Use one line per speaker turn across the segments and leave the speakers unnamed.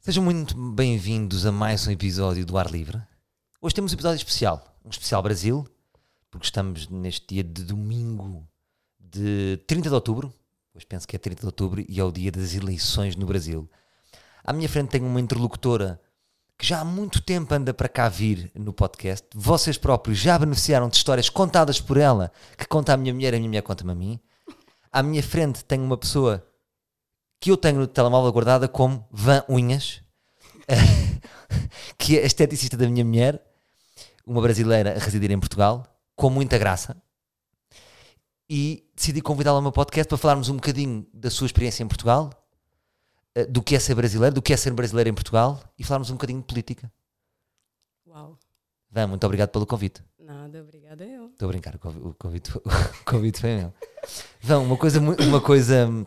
Sejam muito bem-vindos a mais um episódio do Ar Livre. Hoje temos um episódio especial, um especial Brasil, porque estamos neste dia de domingo de 30 de outubro. Hoje penso que é 30 de outubro e é o dia das eleições no Brasil. À minha frente tenho uma interlocutora que já há muito tempo anda para cá vir no podcast. Vocês próprios já beneficiaram de histórias contadas por ela, que conta à minha mulher, a minha mulher conta-me a mim. À minha frente tenho uma pessoa que eu tenho no telemóvel guardada como Van Unhas, que é esteticista da minha mulher, uma brasileira a residir em Portugal, com muita graça. E decidi convidá-la ao meu podcast para falarmos um bocadinho da sua experiência em Portugal, eh, do que é ser brasileiro, do que é ser brasileiro em Portugal e falarmos um bocadinho de política.
Uau,
Van, muito obrigado pelo convite.
nada, obrigada eu.
Estou a brincar, o convi- o convite, foi- o convite foi meu. Vão, uma coisa, mu- uma coisa hum,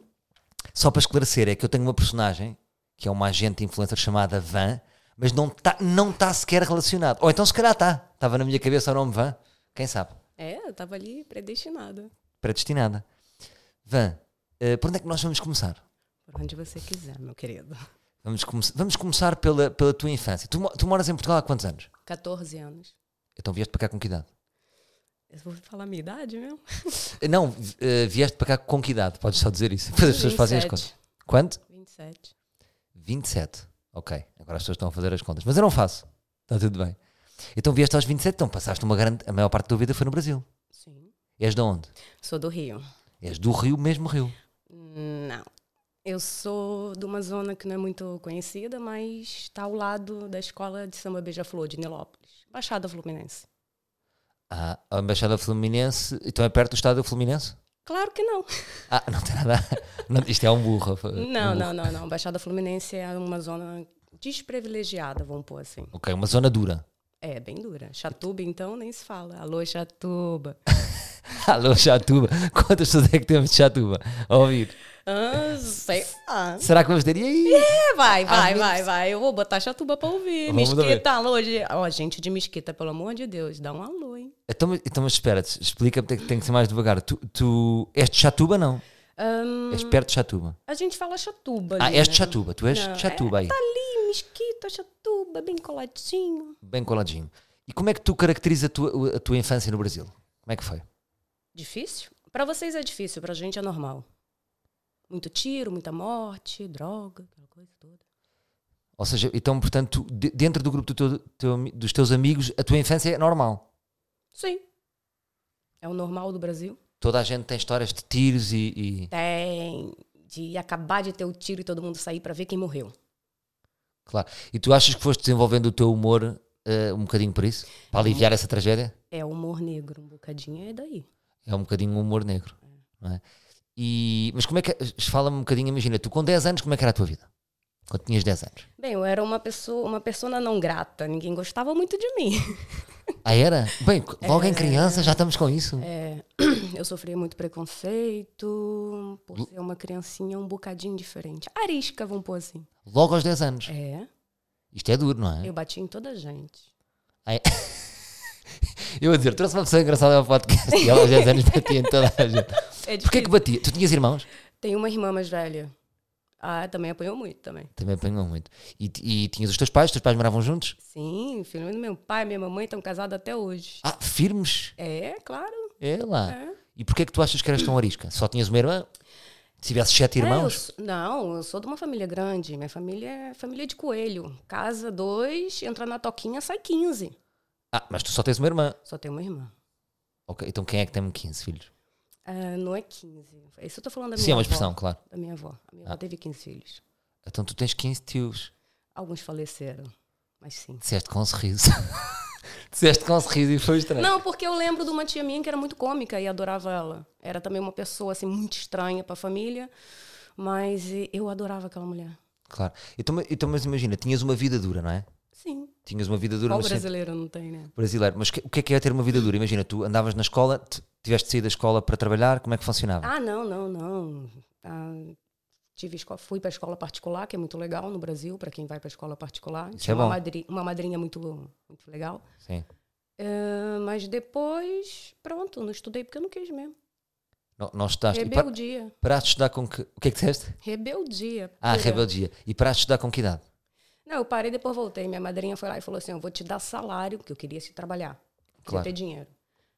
só para esclarecer é que eu tenho uma personagem que é uma agente influencer chamada Van, mas não está não tá sequer relacionado. Ou então se calhar está. Estava na minha cabeça o nome Van, quem sabe?
É, eu tava ali predestinada.
Predestinada. Van, eh, por onde é que nós vamos começar?
Por onde você quiser, meu querido.
Vamos, come- vamos começar pela, pela tua infância. Tu, mo- tu moras em Portugal há quantos anos?
14 anos.
Então vieste para cá com que idade?
Eu vou falar a minha idade mesmo?
Eh, Não, vi- eh, vieste para cá com que idade? Podes só dizer isso. Depois as pessoas fazem as contas.
27,
Quanto?
27.
27. Ok, agora as pessoas estão a fazer as contas, mas eu não faço. Está tudo bem. Então vieste aos 27, então passaste uma grande. A maior parte da tua vida foi no Brasil.
Sim.
És de onde?
Sou do Rio.
És do Rio, mesmo Rio.
Não. Eu sou de uma zona que não é muito conhecida, mas está ao lado da escola de samba Beija-Flor de Nilópolis. Baixada Fluminense.
Ah, a Embaixada Fluminense. Então é perto do estádio Fluminense?
Claro que não.
Ah, não tem nada. a- não, isto é um burro. Um
Não,
burro.
não, não, não. Baixada Fluminense é uma zona desprivilegiada, vamos pôr assim.
Ok, uma zona dura.
É, bem dura. Chatuba, então, nem se fala. Alô, Chatuba.
Alô, Chatuba. Quantas pessoas é que temos de Chatuba? A ouvir.
Ah, sei lá.
Será que vamos ter? E aí?
É, vai, vai,
Amigos.
vai, vai. Eu vou botar chatuba pra ouvir.
Vamos ouvir.
mesquita, alô. ge- Ó, gente de mesquita, pelo amor de Deus, dá um alô, hein?
Então, mas- então mas espera, explica-me, tem, que- tem que ser mais devagar. Tu, tu és de Chatuba, não?
Ahn,
És perto de Chatuba.
a gente fala chatuba.
Ah,
ali,
és
né?
de Chatuba. Tu és
Não,
de Chatuba
é-
aí.
Tá ali, mesquita, chatuba, bem coladinho.
bem coladinho. E como é que tu caracterizas a tua, a tua infância no Brasil? Como é que foi?
Difícil? Pra vocês é difícil, pra gente é normal. Muito tiro, muita morte, droga, aquela coisa toda.
Ou seja, então, portanto, tu, de- dentro do grupo do teu- teu ami- dos teus amigos, a tua infância é normal.
Sim. É o normal do Brasil.
Toda a gente tem histórias de tiros e. e-
Tem. De acabar de ter o tiro e todo mundo sair pra ver quem morreu.
claro. E tu achas que foste desenvolvendo o teu humor eh, um bocadinho por isso? Para aliviar essa tragédia?
É humor negro, um bocadinho é daí.
É um bocadinho um humor negro. Não é? E, mas como é que. Fala-me um bocadinho, imagina, tu com 10 anos, como é que era a tua vida? Quando tinhas 10 anos?
Bem, eu era uma pessoa, uma persona não grata, ninguém gostava muito de mim.
Ah, era? Bem, logo em criança já estamos com isso.
É, eu sofria muito preconceito por ser uma criancinha um bocadinho diferente. Arisca, vamos pôr assim.
Logo aos 10 anos.
É,
Isto é duro, não é?
eu bati em toda a gente.
Eu a dizer, trouxe uma pessoa engraçada ao podcast e ela aos 10 anos batia em toda a gente.
É difícil.
Porquê que batia? Tu tinhas irmãos?
Tem uma irmã mais velha. Ah, também apanhou muito também.
Também apanhou muito. E, t- e tinhas os teus pais? Os teus pais moravam juntos?
Sim, filho do meu pai, minha mamãe estão casados até hoje.
Ah, firmes?
É, claro.
É lá.
É.
E porquê que tu achas que eras tão arisca? Só tinhas uma irmã? Se tivesse sete
É, eu
irmãos?
sou- não, eu sou de uma família grande. Minha família é família de coelho. Casa dois, entra na toquinha, sai 15.
Ah, mas tu só tens uma irmã.
Só tenho uma irmã.
Ok, então quem é que tem 15 filhos?
Ah, não é 15. Isso eu tô falando da minha
Sim, é uma
avó,
expressão, Ah. claro.
Da minha avó. A minha avó teve 15 filhos.
Então tu tens 15 tios.
Alguns faleceram, mas sim.
Disseste com um sorriso. Disseste com um sorriso e foi estranho.
Não, porque eu lembro de uma tia minha que era muito cômica e adorava ela. Era também uma pessoa assim muito estranha para a família, mas eh, eu adorava aquela mulher.
Claro. Então, ma- então, mas imagina, tinhas uma vida dura, não é?
Sim.
Tinhas uma vida dura
Qual
no sentido-
brasileiro não tem, né?
brasileiro. Mas que- o que é que é ter uma vida dura? Imagina, tu andavas na escola, t- tiveste de sair da escola para trabalhar, como é que funcionava?
Ah, não, não, não. Ah, tive esco- fui para escola particular, que é muito legal no Brasil, para quem vai para escola particular.
Isso
Tinha
é bom.
uma, madri- uma madrinha muito, muito legal.
Sim.
Ah, mas depois, pronto, não estudei porque eu não quis mesmo.
Não, não estudaste. Ah, E para,
Rebeldia.
paraste de estudar com que. O que é que disseste?
Rebeldia.
Ah,
pura.
rebeldia. E paraste de estudar com que idade?
Não, eu parei depois voltei. Minha madrinha foi lá e falou assim: Eu vou te dar salário, porque eu queria se trabalhar. Queria
Claro.
ter dinheiro.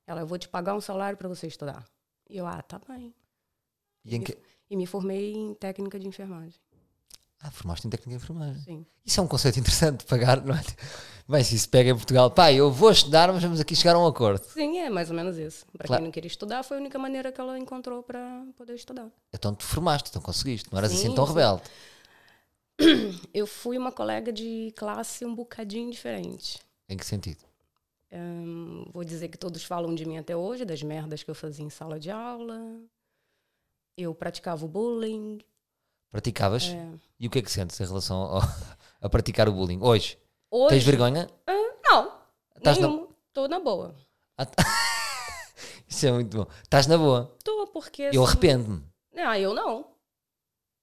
Ela, eu vou te pagar um salário para você estudar. E eu, ah, tá bem.
E em que...
E me formei em técnica de enfermagem.
Ah, formaste em técnica de enfermagem.
Sim.
Isso é um conceito interessante de pagar, não é? Mas se isso pega em Portugal, pá, eu vou estudar, mas vamos aqui chegar a um acordo.
Sim, é mais ou menos isso. Para
Claro.
quem não queria estudar, foi a única maneira que ela encontrou para poder estudar.
Então te formaste, então conseguiste, não eras assim
Sim,
tão
sim.
rebelde.
Eu fui uma colega de classe um bocadinho diferente.
Em que sentido?
Hum, Vou dizer que todos falam de mim até hoje, das merdas que eu fazia em sala de aula. Eu praticava o bullying.
Praticavas?
É.
E o que é que sentes em relação ao- a praticar o bullying? Hoje,
Hoje,
tens vergonha?
não.
Tás na-
nenhuma. Tô na boa.
Isso é muito bom. Estás na boa.
Tô, porque.
Eu
assim-
arrependo-me.
Ah, eu não.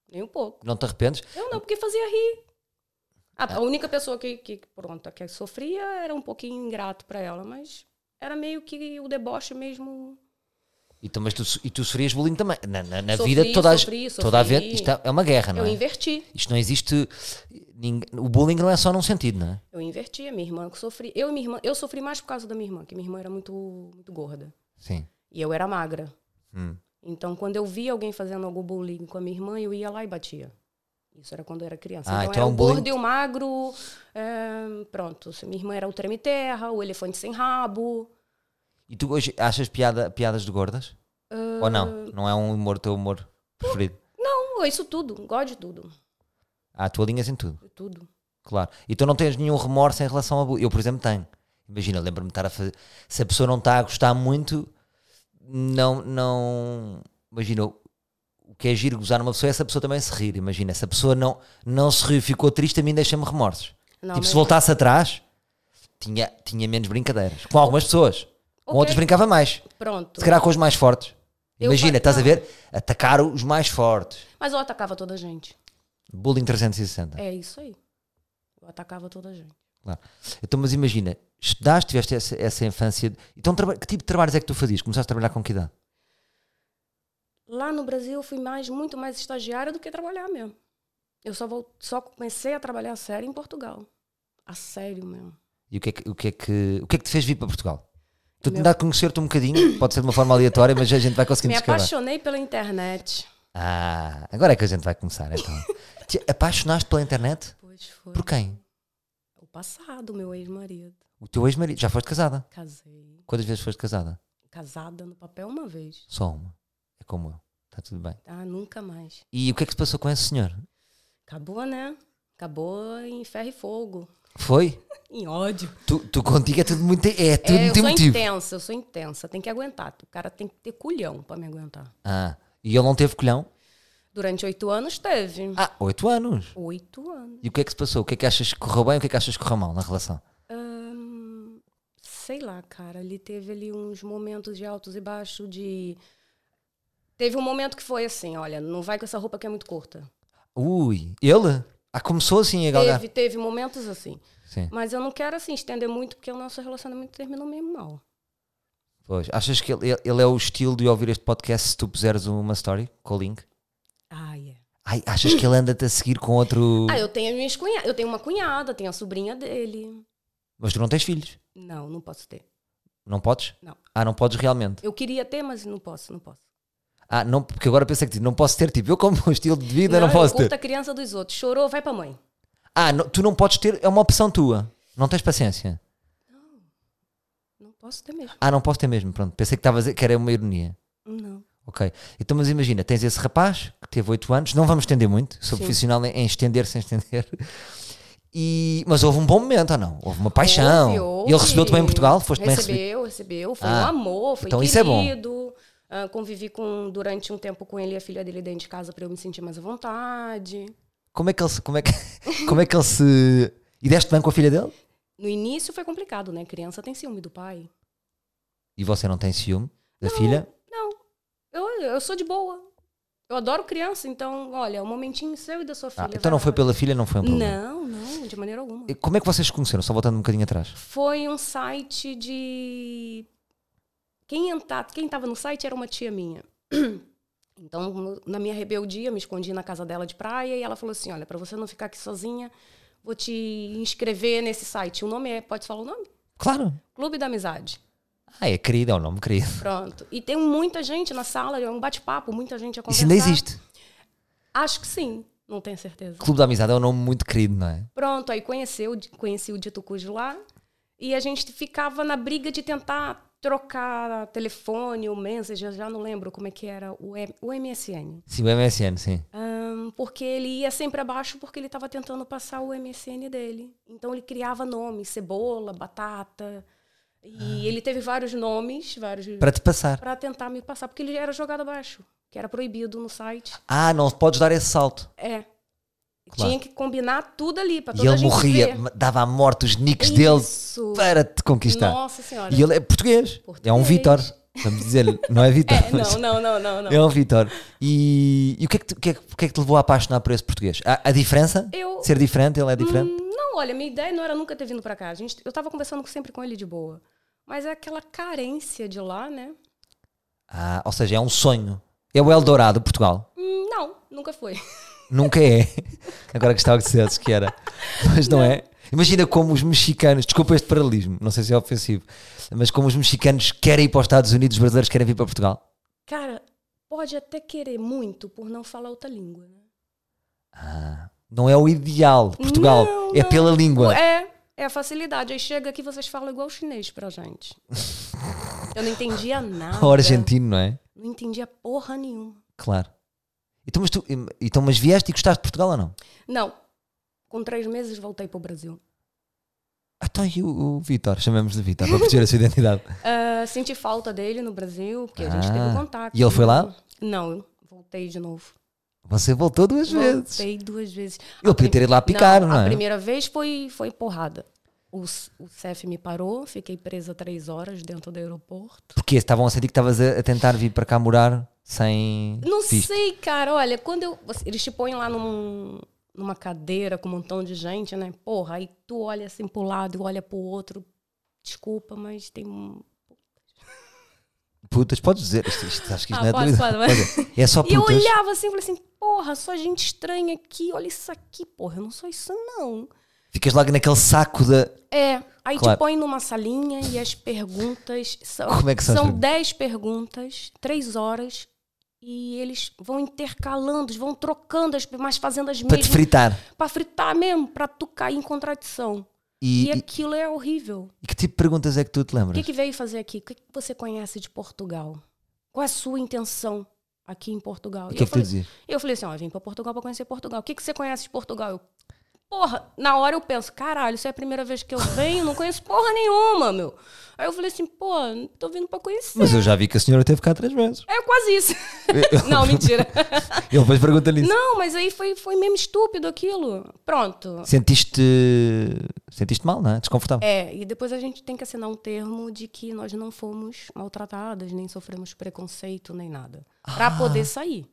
Nem um pouco.
Não te arrependes?
Eu não, porque fazia rir. A, a única pessoa que, que, pronto, que sofria era um pouquinho ingrato pra ela, mas era meio que o deboche mesmo.
E, tu- mas tu, so- e tu sofrias bullying também. Na, na- na
Sofri,
vida, toda a,
sofri,
gente- toda a
sofri.
gente. Isto é- é uma guerra, não
Eu
é?
inverti.
Isto não existe. ninguém- o bullying não é só num sentido, não é?
Eu inverti, a minha irmã que sofria. Eu e minha irmã, eu sofri mais por causa da minha irmã, que minha irmã era muito, muito gorda.
Sim.
E eu era magra.
Hum.
Então, quando eu via alguém fazendo algum bullying com a minha irmã, eu ia lá e batia. Isso era quando eu era criança.
Ah,
então,
então é
era
um
o
bullying-
gordo e o magro. é, pronto, se minha irmã era o treme-terra, o elefante sem rabo.
E tu hoje achas piada, piadas de gordas?
Ah.
Ou não? Não é um humor, teu humor preferido?
Não, isso tudo, gosto de tudo.
Ah, tu alinhas em tudo.
de tudo.
Claro. E tu não tens nenhum remorso em relação a bullying. Eu, por exemplo, tenho. Imagina, lembro-me de estar a fazer. Se a pessoa não está a gostar muito, não. não imagina, o que é giro gozar numa pessoa é essa pessoa também se rir. Imagina, se a pessoa não, não se riu e ficou triste, a mim deixa-me remorsos.
Não,
tipo,
mas-
se voltasse atrás, tinha, tinha menos brincadeiras. Com algumas pessoas. Com
Ok.
outras brincava mais.
Pronto.
Se calhar com os mais fortes.
Eu
Imagina,
fa-
estás a
não.
ver? Atacar os mais fortes.
Mas eu atacava toda a gente.
Bullying 360.
É isso aí. Eu atacava toda a gente.
Claro. Então, mas imagina, estudaste, tiveste essa, essa infância. Então, traba- que tipo de trabalhos é que tu fazias? Começaste a trabalhar com que idade?
Lá no Brasil eu fui mais, muito mais estagiária do que trabalhar mesmo. Eu só, vol- só comecei a trabalhar a sério em Portugal. A sério mesmo.
E o que é que, o que, é que, o que, é que te fez vir para Portugal? Tu te
Meu-
dá a conhecer-te um bocadinho, pode ser de uma forma aleatória, mas a gente vai conseguindo
Me
escalar.
apaixonei pela internet.
Ah, agora é que a gente vai começar então. Te apaixonaste pela internet?
Pois foi.
Por quem?
O passado, meu ex-marido.
O teu ex-marido. Já foste casada?
Casei.
Quantas vezes foste casada?
Casada no papel uma vez.
Só uma. É como eu. Está tudo bem.
Ah, nunca mais.
E o que é que se passou com esse senhor?
Acabou, né? Acabou em ferro e fogo.
Foi?
Em ódio.
Tu, tu contigo é tudo muito. É tudo
É, eu
muito
sou
emotivo.
intensa, eu sou intensa. Tem que aguentar. O cara tem que ter culhão pra me aguentar.
Ah, e ele não teve colhão?
Durante oito anos teve.
Ah, oito anos.
Oito anos.
E o que é que se passou? O que é que achas que correu bem o que é que achas que correu mal na relação?
Ahn, sei lá, cara. Ele teve ali uns momentos de altos e baixos de. Teve um momento que foi assim, olha, não vai com essa roupa que é muito curta.
Ui, ele? Ah, começou assim a galgar.
Teve, teve momentos assim.
Sim,
Mas eu não quero assim estender muito, porque o nosso relacionamento terminou meio mal.
pois. Achas que ele, ele é o estilo de ouvir este podcast se tu puseres uma story com o link?
Ah, é.
Ai, achas que ele anda-te a seguir com outro.
Ah, eu tenho minhas cunha... eu tenho uma cunhada, tenho a sobrinha dele.
Mas tu não tens filhos?
Não, não posso ter.
Não podes?
Não.
Ah, não podes realmente.
Eu queria ter, mas não posso, não posso.
Ah, não, porque agora pensei que tipo, não posso ter, tipo, eu como um estilo de vida não,
eu
posso ter.
curto a criança dos outros. Chorou, vai pra mãe.
Ah, não- tu não podes ter, é uma opção tua. Não tens paciência.
Não posso ter mesmo.
Ah, não posso ter mesmo, pronto. Pensei que estavas a dizer que era uma ironia.
Não.
Ok. Então, mas imagina, tens esse rapaz que teve 8 anos, não vamos estender muito, sou
Sim.
profissional em, em estender sem estender. E, mas houve um bom momento ou não? Houve uma paixão.
Houve, houve.
Ele recebeu-te bem em Portugal? Foste bem recebido?
Recebeu, recebeu. Foi
Ah,
um amor, foi
então isso é bom.
querido. Ah, convivi com, durante um tempo com ele e a filha dele dentro de casa pra eu me sentir mais à vontade.
Como é que ele se. Como é que, como é que ele se. E deste bem com a filha dele?
No início foi complicado, né? Criança tem ciúme do pai.
E você não tem ciúme da filha?
Não, eu, eu sou de boa. Eu adoro criança, então, olha, um momentinho seu e da sua
Ah,
filha.
então não foi pela filha, não foi um problema.
Não, não, de maneira alguma.
E Como é que vocês se conheceram? Só voltando um bocadinho atrás.
Foi um site de. Quem, entra... Quem tava no site era uma tia minha. Então, no- na minha rebeldia, me escondi na casa dela de praia e ela falou assim: Olha, para você não ficar aqui sozinha, vou te inscrever nesse site. O nome é, pode falar o nome?
Claro.
Clube da Amizade.
Ah, é querido, é o nome querido.
Pronto. E tem muita gente na sala, é um bate-papo, muita gente a
Isso
conversar.
ainda existe.
Acho que sim, não tenho certeza.
Clube da Amizade é um nome muito querido, não é?
Pronto, aí conheceu, conheci o Dito Cujo lá. E a gente ficava na briga de tentar trocar telefone, o Messenger, já não lembro como é que era, o, M- o MSN.
Sim, o MSN, sim.
Ah, Ahn, porque ele ia sempre abaixo porque ele estava tentando passar o MSN dele. Então ele criava nomes, cebola, batata. E
Ah.
ele teve vários nomes, vários
Para te passar.
para tentar me passar, porque ele era jogado abaixo, que era proibido no site.
Ah, não podes dar esse salto.
É.
Claro.
Tinha que combinar tudo ali para
E
toda a
ele
gente
morria,
ver.
ma- dava à morte os nicks dele
Isso.
para te conquistar.
Nossa senhora.
E ele é português. É um
Português.
Vitor. Vamos dizer, não é Vitor,
É,
mas
não, não, não, não, não.
é um Vitor. E, e o, que é que te, o que é que- o que é que te levou a apaixonar por esse português? A, a diferença?
Eu-
Ser diferente, ele é diferente?
Hum, Não, olha, minha ideia não era nunca ter vindo pra cá. A gente, eu tava conversando sempre com ele de boa. Mas é aquela carência de lá, né?
Ah, ou seja, é um sonho. É o Eldorado, Portugal.
Hum, Não, nunca foi.
Nunca é. Agora gostava que dissesse que era. Mas não, é. Imagina como os mexicanos, desculpa este paralelismo, não sei se é ofensivo, mas como os mexicanos querem ir para os Estados Unidos, os brasileiros querem vir para Portugal.
Cara, pode até querer muito por não falar outra língua, né?
Não é o ideal de Portugal,
Não,
é
não.
pela língua.
É, é a facilidade. Aí chega aqui vocês falam igual chinês pra gente. Eu não entendia nada.
Ou argentino, não é?
Não entendia porra nenhuma.
Claro. Então mas, tu, então, mas vieste e gostaste de Portugal ou não?
Não. Com três meses voltei pro Brasil.
Então e o, o Vitor, chamamos-lhe Vitor para proteger a sua identidade.
Ah, senti falta dele no Brasil, porque a gente
Ah,
teve contato.
e ele foi lá?
Não, eu voltei de novo.
Você voltou duas vezes.
Voltei duas vezes.
Eu
A
podia ter
prim-
ido lá picar, não
A
é?
primeira vez foi, foi porrada. O, s- o CEF me parou, fiquei presa três horas dentro do aeroporto.
Porque estavam a sentir que estavas a, a tentar vir para cá morar sem.
Não
visto.
sei, cara. Olha, quando eu. você- Eles te põem lá num- numa cadeira com um montão de gente, né? Porra, aí tu olha assim pro lado e olha pro outro. Desculpa, mas tem um.
Putas, podes dizer. Isto, isto, acho que isto
Ah,
não é
pode,
dúvida.
pode, pode.
Olha, É só
E eu
putas.
olhava assim e falei assim, porra, só gente estranha aqui, olha isso aqui, porra, eu não sou isso não.
Ficas logo naquele saco da.
É, aí
Claro.
te põe numa salinha e as perguntas são...
Como é que são as
São
perguntas?
10 perguntas, 3 horas, e eles vão intercalando, vão trocando, as, mas fazendo as
Para te
mesmas...
fritar.
Pra fritar mesmo, pra tu cair em contradição.
E,
E,
e,
aquilo é horrível.
e que tipo de perguntas é que tu te
O
lembras?
que, que veio fazer aqui? O que, que você conhece de Portugal? Qual é a sua intenção aqui em Portugal?
E o
E
que é
eu
que tu
falei-
dizias?
e eu falei assim, ó, eu vim pra Portugal pra conhecer Portugal. O que, que você conhece de Portugal? Eu, porra, na hora eu penso, caralho, isso é a primeira vez que eu venho, não conheço porra nenhuma, meu. Aí eu falei assim, pô, tô vindo pra conhecer.
Mas eu já vi que a senhora teve cá três vezes.
É quase isso. não, mentira.
Ele depois pergunta-lhe isso.
não, mas aí foi, foi mesmo estúpido aquilo. Pronto.
Sentiste. Sentiste mal, não é? Desconfortável.
É, e depois a gente tem que assinar um termo de que nós não fomos maltratadas, nem sofremos preconceito, nem nada. Pra poder sair.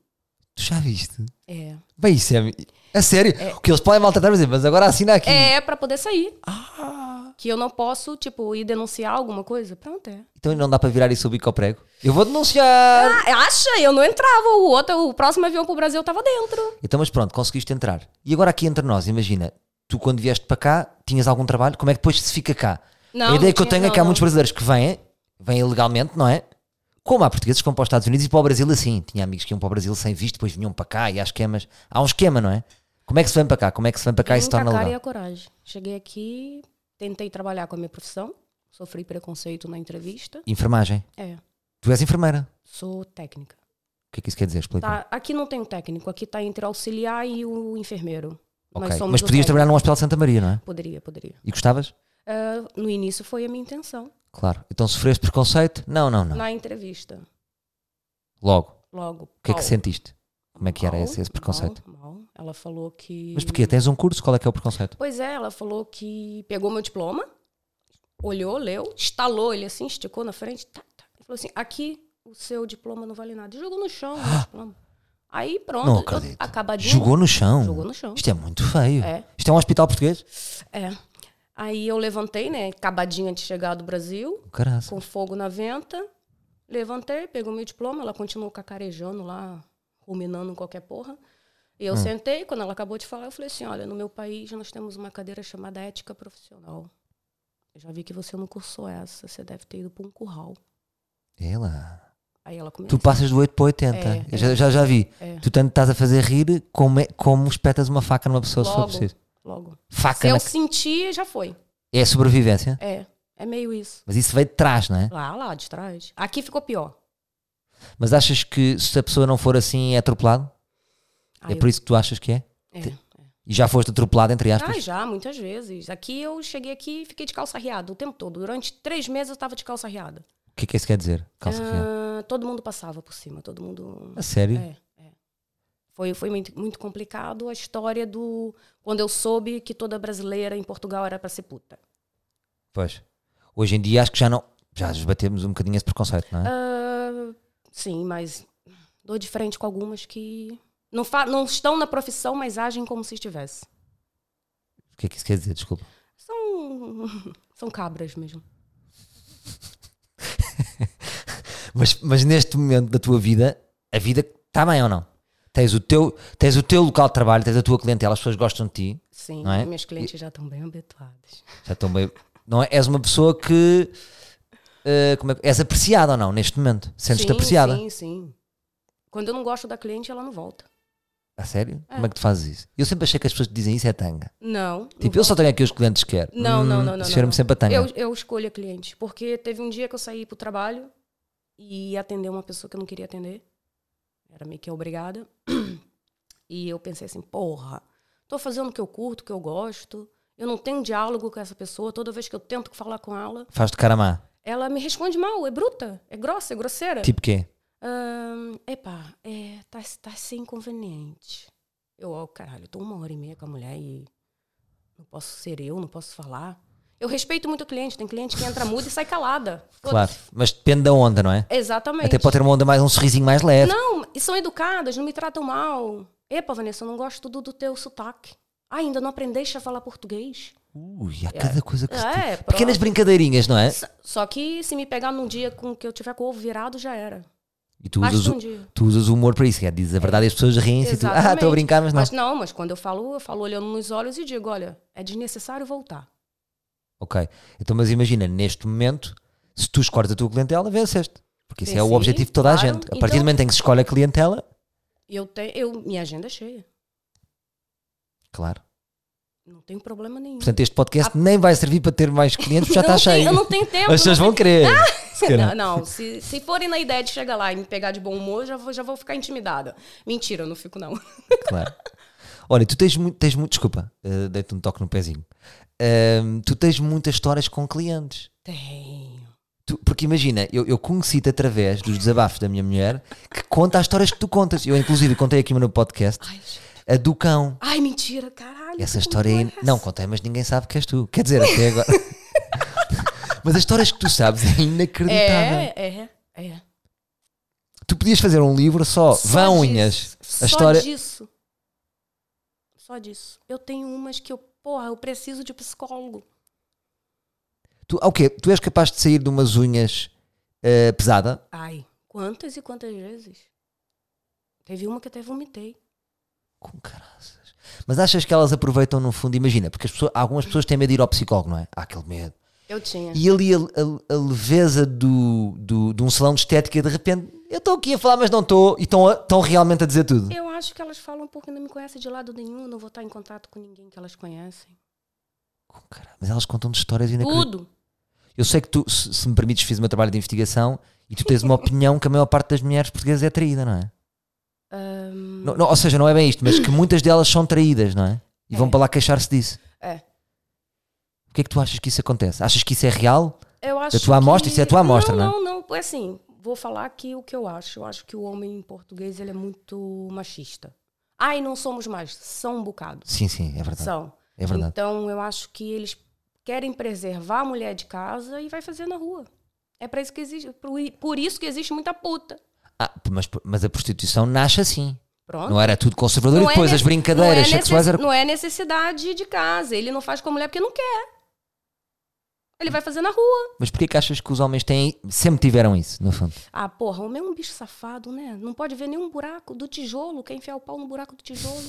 Tu já viste?
É.
Bem, isso é. A sério? O que eles podem maltratar, mas- mas agora assina aqui.
É, pra poder sair.
Ah,
Que eu não posso, tipo, ir denunciar alguma coisa. Pronto, é.
então não dá para virar isso o bico ao prego. Eu vou denunciar.
Ah, acha? Eu não entrava. O outro, o próximo avião pro Brasil tava dentro.
Então, mas pronto, conseguiste entrar. E agora aqui entre nós, imagina, tu quando vieste para cá, tinhas algum trabalho? Como é que depois se fica cá?
Não,
a
não
ideia que eu
tinha-
tenho é
não,
que há
não.
muitos brasileiros que vêm, vêm ilegalmente, não é? Como há portugueses que vão para os Estados Unidos e para o Brasil assim. Tinha amigos que iam para o Brasil sem visto, depois vinham para cá e há esquemas. Há um esquema, não é? Como é que se vem para cá? Como é que se vem para cá e se
Muita
torna
cara e
legal?
a coragem. Cheguei aqui, tentei trabalhar com a minha profissão. Sofri preconceito na entrevista.
Enfermagem.
É,
Tu és enfermeira.
sou técnica.
O que é que isso quer dizer? Explica.
Tá, aqui não tem o técnico, aqui tá entre o auxiliar e o enfermeiro.
Ok.
Nós somos
Mas podias
o técnico.
trabalhar num hospital de Santa Maria, não é?
Poderia, poderia.
E gostavas?
Ah, no início foi a minha intenção,
Claro. Então sofreste preconceito? Não, não, não.
na entrevista.
Logo. Tá. O
Logo. O
que é que sentiste? Como é que era esse, esse preconceito?
Mal, mal. Ela falou que.
Mas porquê? Tens um curso? Qual é que é o preconceito?
Pois é, ela falou que pegou meu diploma, olhou, leu, estalou ele assim, esticou na frente, tá, tá. E falou assim: aqui o seu diploma não vale nada. E Jogou no chão o meu diploma. Aí pronto,
Não
eu-
acredito.
acabadinho.
Jogou no chão.
um. Jogou no chão.
Isto é muito feio.
É.
Isto é um hospital português?
É. Aí eu levantei, né? Acabadinha de chegar do Brasil.
Caraca.
com fogo na venta. Levantei, pegou meu diploma, ela continuou cacarejando lá, ruminando em qualquer porra. E eu sentei, quando ela acabou de falar, eu falei assim: olha, no meu país nós temos uma cadeira chamada ética profissional. Eu já vi que você não cursou essa, você deve ter ido para um curral.
Ela.
Aí ela começou.
É Tu passas do 8 para o 80.
É,
Eu já, já, já vi.
É.
Tu tanto estás a fazer rir como, é- como espetas uma faca numa pessoa se for
Logo. é
preciso.
Logo. Se
Faca
eu
na...
sentir, já foi.
é a sobrevivência.
É. É meio isso.
Mas isso veio de trás, não é?
Lá, lá, de trás. Aqui ficou pior.
Mas achas que se a pessoa não for assim é atropelado?
Aí
é
Ah, eu-
por isso que tu achas que é?
é.
E já foste atropelado, entre aspas?
Ah, já, muitas vezes. Aqui eu cheguei aqui e fiquei de calça riada o tempo todo. Durante três meses eu tava de calça riada.
O que é que isso quer dizer? Calça riada.
Ah, todo mundo passava por cima, todo mundo.
A sério?
É, é. Foi, foi muito, muito complicado a história do. Quando eu soube que toda brasileira em Portugal era pra ser puta.
Pois. Hoje em dia acho que já não. Já esbatemos um bocadinho esse preconceito, não é?
Ah, sim, mas dou de frente com algumas que. Não, fa não estão na profissão, mas agem como se estivesse.
O que é que isso quer dizer? Desculpa.
São. São cabras mesmo.
Mas, mas neste momento da tua vida, a vida está bem ou não? Tens o, teu, tens o teu local de trabalho, tens a tua clientela, as pessoas gostam de ti,
Sim,
Não é?
meus clientes já estão bem habituados.
já estão bem. Não é? És uma pessoa que. eh, como é que- és apreciada ou não neste momento? Sentes-te
Sim,
apreciada?
Sim, sim. Quando eu não gosto da cliente, ela não volta.
A sério? Como é que tu fazes isso? Eu sempre achei que as pessoas que dizem isso é tanga.
Não.
Tipo, eu só tenho aqui os clientes que quero.
Não, não, não, não, não,
Cheira-me
não.
sempre a tanga.
eu, eu escolho a cliente. Porque teve um dia que eu saí pro trabalho e ia atender uma pessoa que eu não queria atender. Era meio que obrigada. E eu pensei assim, porra, tô fazendo o que eu curto, o que eu gosto. Eu não tenho diálogo com essa pessoa. Toda vez que eu tento falar com ela,
Faz de cara má.
ela me responde mal. É bruta, é grossa, é grosseira.
Tipo quê?
Ahn, epá, é, tá, tá sem inconveniente. Eu, ó, caralho, eu tô uma hora e meia com a mulher e não posso ser eu, não posso falar. Eu respeito muito o cliente, tem cliente que entra muda e sai calada.
Claro. Mas depende da onda, não é?
Exatamente.
Até pode ter uma onda mais, um sorrisinho mais leve.
Não, e são educadas, não me tratam mal. Epa, Vanessa, eu não gosto do, do teu sotaque. Ainda não aprendeste a falar português.
Ui, há cada coisa que se
É,
diz.
pronto.
Pequenas brincadeirinhas, não é?
S- Só que se me pegar num dia com que eu tiver com o ovo virado, já era.
E tu usas,
Basta
o,
um dia.
tu usas o humor para isso, que é, dizes a verdade e as pessoas riem-se e tu, ah,
Exatamente.
estou a brincar, mas não.
Mas não, mas quando eu falo, eu falo olhando nos olhos e digo, olha, é desnecessário voltar.
Ok. Então, mas imagina, neste momento, se tu escolhes a tua clientela, venceste. Porque isso é o
Venci,
objetivo de toda a
claro.
gente. A
Então-
partir do momento em que se escolhe a clientela,
E eu tenho, eu, minha agenda é cheia.
claro.
Não tem problema nenhum.
Portanto, este podcast nem vai servir para ter mais clientes, porque já
Ah.
tá
Não
está
tem-
cheio.
Eu não tenho tempo.
As pessoas
não Ah!
vão querer. se
tenho-
calhar.
Não, não, se, se forem na ideia de chegar lá e me pegar de bom humor, já vou, já vou ficar intimidada. Mentira, eu não fico, não.
Claro. Olha, tu tens muito, tens muito desculpa, eh, deito um toque no pezinho. Ahm, tu tens muitas histórias com clientes.
Tenho.
Tu- porque imagina, eu, eu conheci-te através dos desabafos da minha mulher que conta as histórias que tu contas. Eu, inclusive, contei aqui no meu podcast
Ai, gente.
a do cão.
Ai, mentira, caralho.
Essa
que
história aí.
loucura é
Não,
essa?
contei, mas ninguém sabe que és tu. Quer dizer, até agora. mas as histórias que tu sabes é inacreditável.
É, é, é.
Tu podias fazer um livro só,
Só
vão
disso,
unhas.
Só
A história.
disso. Só disso. Eu tenho umas que eu, porra, eu preciso de psicólogo.
Tu, ah, o quê? Tu és capaz de sair de umas unhas eh, pesada?
Ai, quantas e quantas vezes? Teve uma que até vomitei.
Com caraças. Mas achas que elas aproveitam no fundo? Imagina, porque as pessoas- algumas pessoas têm medo de ir ao psicólogo, não é? Há aquele medo.
Eu tinha.
E ali a, a- a leveza do, do- de um salão de estética, de repente, eu estou aqui a falar, mas não estou, e estão a- estão realmente a dizer tudo.
Eu acho que elas falam porque não me conhecem de lado nenhum, não vou estar em contato com ninguém que elas conhecem.
Com cara- Mas elas contam de histórias inacreditáveis.
Tudo.
Eu sei que tu, se, se me permites, fiz o meu trabalho de investigação e tu tens uma opinião que a maior parte das mulheres portuguesas é traída, não é?
Ah,
Não- não, ou seja, não é bem isto, mas que muitas delas são traídas, não é? E vão
É.
para lá queixar-se disso.
É.
O que é que tu achas que isso acontece? Achas que isso é real?
Eu acho
tua amostra,
que-
isso é a tua amostra, né?
não, Não, não, é assim, vou falar aqui o que eu acho. Eu acho que o homem em português ele é muito machista. Ai, não somos mais, são um bocado.
Sim, sim, é verdade.
São.
É verdade.
Então eu acho que eles querem preservar a mulher de casa e vai fazer na rua. É para isso que existe, por i- por isso que existe muita puta.
Ah, mas, mas a prostituição nasce assim.
Pronto.
Não era tudo conservador e
Não é
depois
ne-
as brincadeiras
não é
sexuais
necess-
eram.
Não é necessidade de casa. Ele não faz com a mulher porque não quer. É Ele vai fazer na rua.
Mas porquê que achas que os homens têm, sempre tiveram isso, no fundo?
Ah, porra, o homem é um bicho safado, né? Não pode ver nenhum buraco do tijolo. Quer enfiar o pau no buraco do tijolo.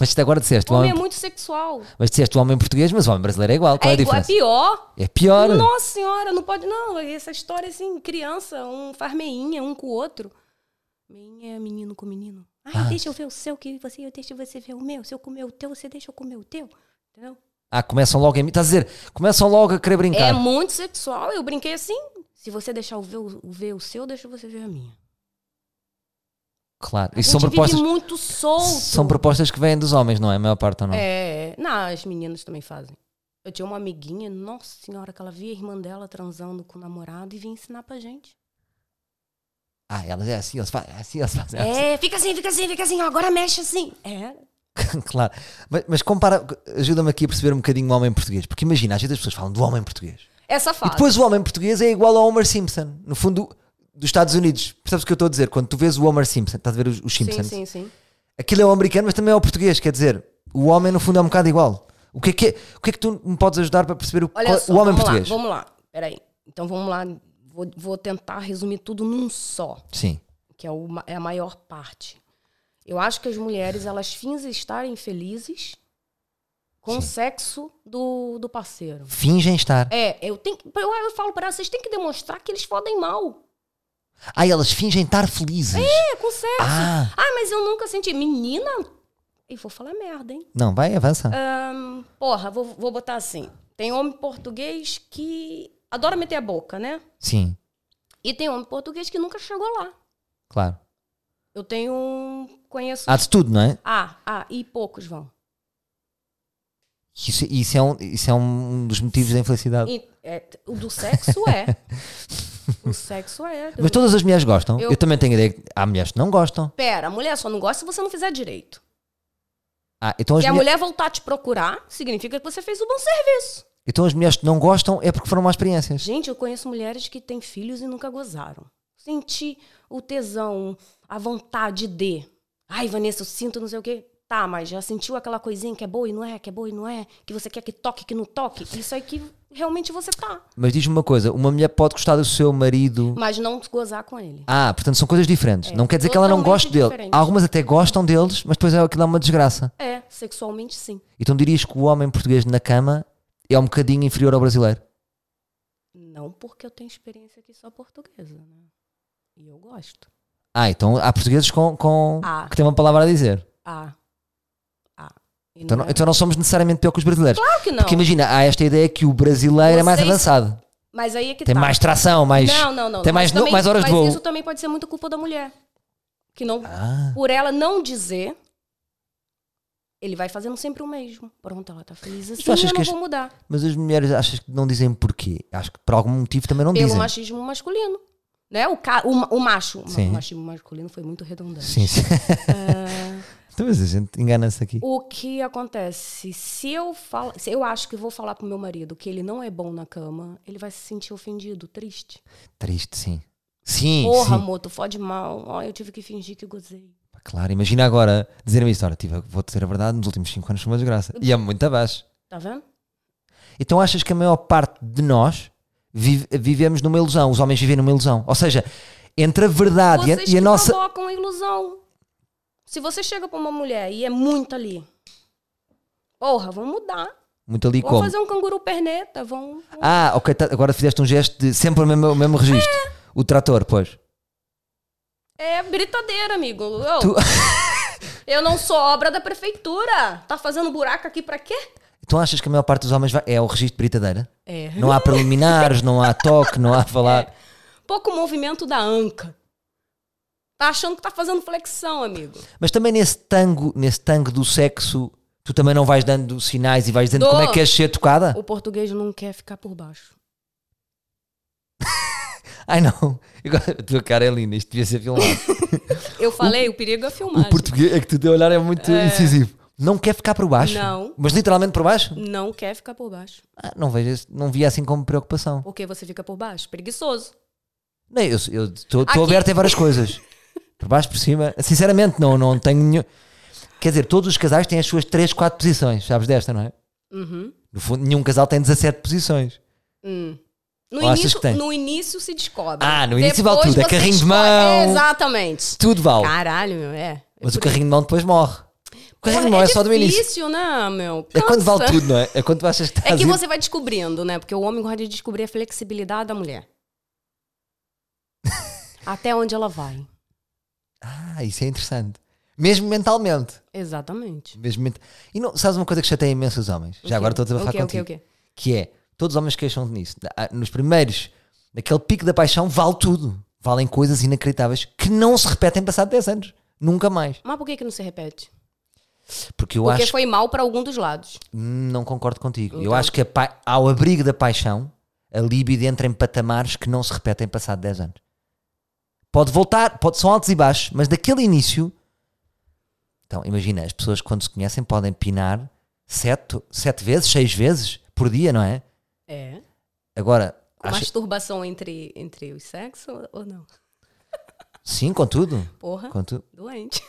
Mas tu agora disseste,
O
o
homem
homem,
é muito sexual.
mas disseste o homem português, mas o homem brasileiro é igual. Qual é,
É,
a
igual- é
diferença?
pior.
É pior.
Nossa senhora, não pode. Não, essa história assim, criança, um faz meinha, um com o outro. Meinha é menino com menino. Ai,
Ah.
deixa eu ver o seu, que você, eu deixo você ver o meu. Se eu comer o teu, você deixa eu comer o teu. Entendeu?
Ah, começam logo a mim. Estás a dizer, começam logo a querer
É
brincar.
muito sexual. Eu brinquei assim. Se você deixar eu ver o, ver o seu, deixa você ver a minha.
Claro.
A
Isso
gente
são propostas,
vive muito solto.
são propostas que vêm dos homens, não é? A maior parte ou não?
É, é. Não, as meninas também fazem. Eu tinha uma amiguinha, nossa senhora, que ela via a irmã dela transando com o namorado e vinha ensinar pra gente.
Ah, elas é assim, eles fazem, é assim, eles fazem. é
É, fica assim, fica assim, fica assim, ó, agora mexe assim. É.
assim. claro. Mas, mas compara, ajuda-me aqui a perceber um bocadinho o homem português. Porque imagina, às vezes as pessoas falam do homem português.
É
E
safado.
depois o homem português é igual ao Homer Simpson, no fundo dos Estados Unidos. Percebes o que eu estou a dizer? Quando tu vês o Homer Simpson, estás a ver os, os
sim,
Simpsons?
sim, sim.
Aquilo é o americano, mas também é o português. Quer dizer, o homem no fundo é um bocado igual. O que é que, é- o que, é que tu me podes ajudar para perceber o,
Olha
qual-
só,
o homem
vamos
português?
lá, vamos lá. Peraí. Então vamos lá. Vou, vou tentar resumir tudo num só.
Sim,
que é, o ma- é a maior parte. Eu acho que as mulheres, elas fingem estarem felizes com o
Sim.
sexo do, do parceiro.
fingem estar.
É, eu, tenho, que- eu, eu falo para elas, vocês têm que demonstrar que eles fodem mal.
Ah, elas fingem estar felizes.
É, com sexo. Ah.
Ah,
mas eu nunca senti. Menina, eu vou falar merda, hein?
não, vai, avança.
Ah. Ahn, porra, vou, vou botar assim. Tem homem português que adora meter a boca, né?
Sim,
E tem homem português que nunca chegou lá.
claro.
Eu tenho um... Conheço...
Há de tudo, não é?
Ah, ah, e poucos vão.
Isso, isso é um, isso é um dos motivos da infelicidade.
E, é, o do sexo é. o sexo é.
Mas todas as mulheres gostam. Eu,
Eu-
também tenho a ideia que há mulheres que não gostam.
Pera, a mulher só não gosta se você não fizer direito.
Ah, então as,
Se a
mulher-
mulher voltar a te procurar, significa que você fez o bom serviço.
então as mulheres que não gostam é porque foram más experiências.
Gente, eu conheço mulheres que têm filhos e nunca gozaram. Sentir o tesão, a vontade de. Ai, Vanessa, eu sinto não sei o quê. Tá, mas já sentiu aquela coisinha que é boa e não é, que é boa e não é, que você quer que toque, que não toque? Isso aí que realmente você tá.
Mas diz-me uma coisa: uma mulher pode gostar do seu marido.
Mas não gozar com ele.
Ah, portanto são coisas diferentes.
É.
não quer dizer que ela não
totalmente
goste dele.
diferente.
Algumas até gostam deles, mas depois é aquilo é uma desgraça.
É, sexualmente sim.
Então dirias que o homem português na cama é um bocadinho inferior ao brasileiro.
Não porque eu tenho experiência aqui só portuguesa, né? E eu gosto.
Ah, então há portugueses com, com-
Ah.
que têm uma palavra a dizer.
Ah. Ah. E
Então
não
não,
é-
então não somos necessariamente pior que os brasileiros.
Claro que não.
Porque imagina, há esta ideia que o brasileiro é mais
Vocês-
avançado.
Mas aí é que
Tem
tá.
mais tração, mais.
Não, não, não.
Tem mais,
Mas
no-
também-
mais horas de
mas
voo.
isso também pode ser muita culpa da mulher. Que não,
Ah,
por ela não dizer, ele vai fazendo sempre o mesmo. Pronto, ela tá feliz assim, eu
achas
não
que as-
vou mudar.
mas as mulheres achas que não dizem porquê? Acho que por algum motivo também não
Pelo
dizem.
machismo masculino. Né? O, ca... o, ma- o macho.
Sim.
O machismo masculino foi muito redundante.
Sim, sim. Então, mas a gente engana-se aqui.
O que acontece? Se eu falo, se eu acho que vou falar pro meu marido que ele não é bom na cama, ele vai se sentir ofendido, triste.
Triste, sim. Sim,
Porra,
sim.
amor, tu fode mal. Ó, eu tive que fingir que gozei.
Pá, Claro, imagina agora dizer-me isto. Olha, tive, vou dizer a verdade, nos últimos 5 anos foi uma desgraça. E é muito abaixo.
Tá vendo?
Então achas que a maior parte de nós vive- vivemos numa ilusão? Os homens vivem numa ilusão. Ou seja, entre a verdade Ah, e a-
Vocês
e a
que
nossa.
provocam a ilusão. Se você chega pra uma mulher e é muito ali, porra, vão mudar.
Muito ali
Vão
como?
fazer um canguru perneta, vão.
Ah, ok, tá- agora fizeste um gesto de sempre o mesmo, o mesmo registro. O trator, pois.
É britadeira, amigo. Eu,
Tu-
eu não sou obra da prefeitura. Tá fazendo buraco aqui pra quê?
Então achas que a maior parte dos homens vai... é o registro de britadeira?
É.
Não há preliminares, não há toque, não há falar.
pouco movimento da anca. Tá achando que tá fazendo flexão, amigo.
Mas também nesse tango, nesse tango do sexo, tu também não vais dando sinais e vais dizendo
Dou.
como é que queres ser tocada?
O português não quer ficar por baixo.
Ai não, Agora, a tua cara é linda, isto devia ser filmado.
Eu falei, o, perigo é
o
filmagem.
português é que tu deu a olhar é muito incisivo. Não quer ficar por baixo?
Não.
Mas literalmente por baixo?
Não quer ficar por baixo.
Ah, não vejo, esse- não via assim como preocupação.
Por que você fica por baixo? Preguiçoso.
Não, eu eu estou
Aqui-
aberto a várias coisas. Por baixo, por cima. Sinceramente, não, não tenho nenhum. Quer dizer, todos os casais têm as suas 3, 4 posições, sabes desta, não é?
Uhum.
No fundo, nenhum casal tem 17 posições.
No,
Ou achas
início,
que tem?
no início se descobre.
Ah, no início vale
Depois
tudo, é
você
carrinho de
escolhe-
mão.
É, exatamente.
Tudo vale.
Caralho, meu, é.
mas o carrinho de mão depois morre. O carrinho de mão é, só do início.
difícil, né, meu?
É quando vale
Cansa.
tudo, não é? É quando tu achas que estás
É que
a-
você vai descobrindo, né? Porque o homem gosta de descobrir a flexibilidade da mulher. Até onde ela vai.
Ah, isso é interessante. Mesmo mentalmente.
Exatamente.
Mesmo ment... E não, sabes uma coisa que chateia imenso os homens? Já agora estou a
falar
falar
o quê,
contigo.
O quê, o quê?
Que é, todos os homens queixam-se nisso. Na- Nos primeiros, naquele pico da paixão, vale tudo. Valem coisas inacreditáveis que não se repetem passado 10 anos. Nunca mais.
Mas por que que não se repete?
Porque eu
Porque
acho
foi mal pra algum dos lados.
Hum, Não concordo contigo. Eu
Então.
acho que a pa- ao abrigo da paixão, a libido entra em patamares que não se repetem passado 10 anos. Pode voltar, pode, são altos e baixos, mas daquele início. Então, imagina, as pessoas quando se conhecem podem pinar 7, sete vezes, 6 vezes por dia, não é?
É.
Agora, acho,
Masturbação entre, entre os sexos ou não?
sim, contudo.
Porra,
contudo.
doente.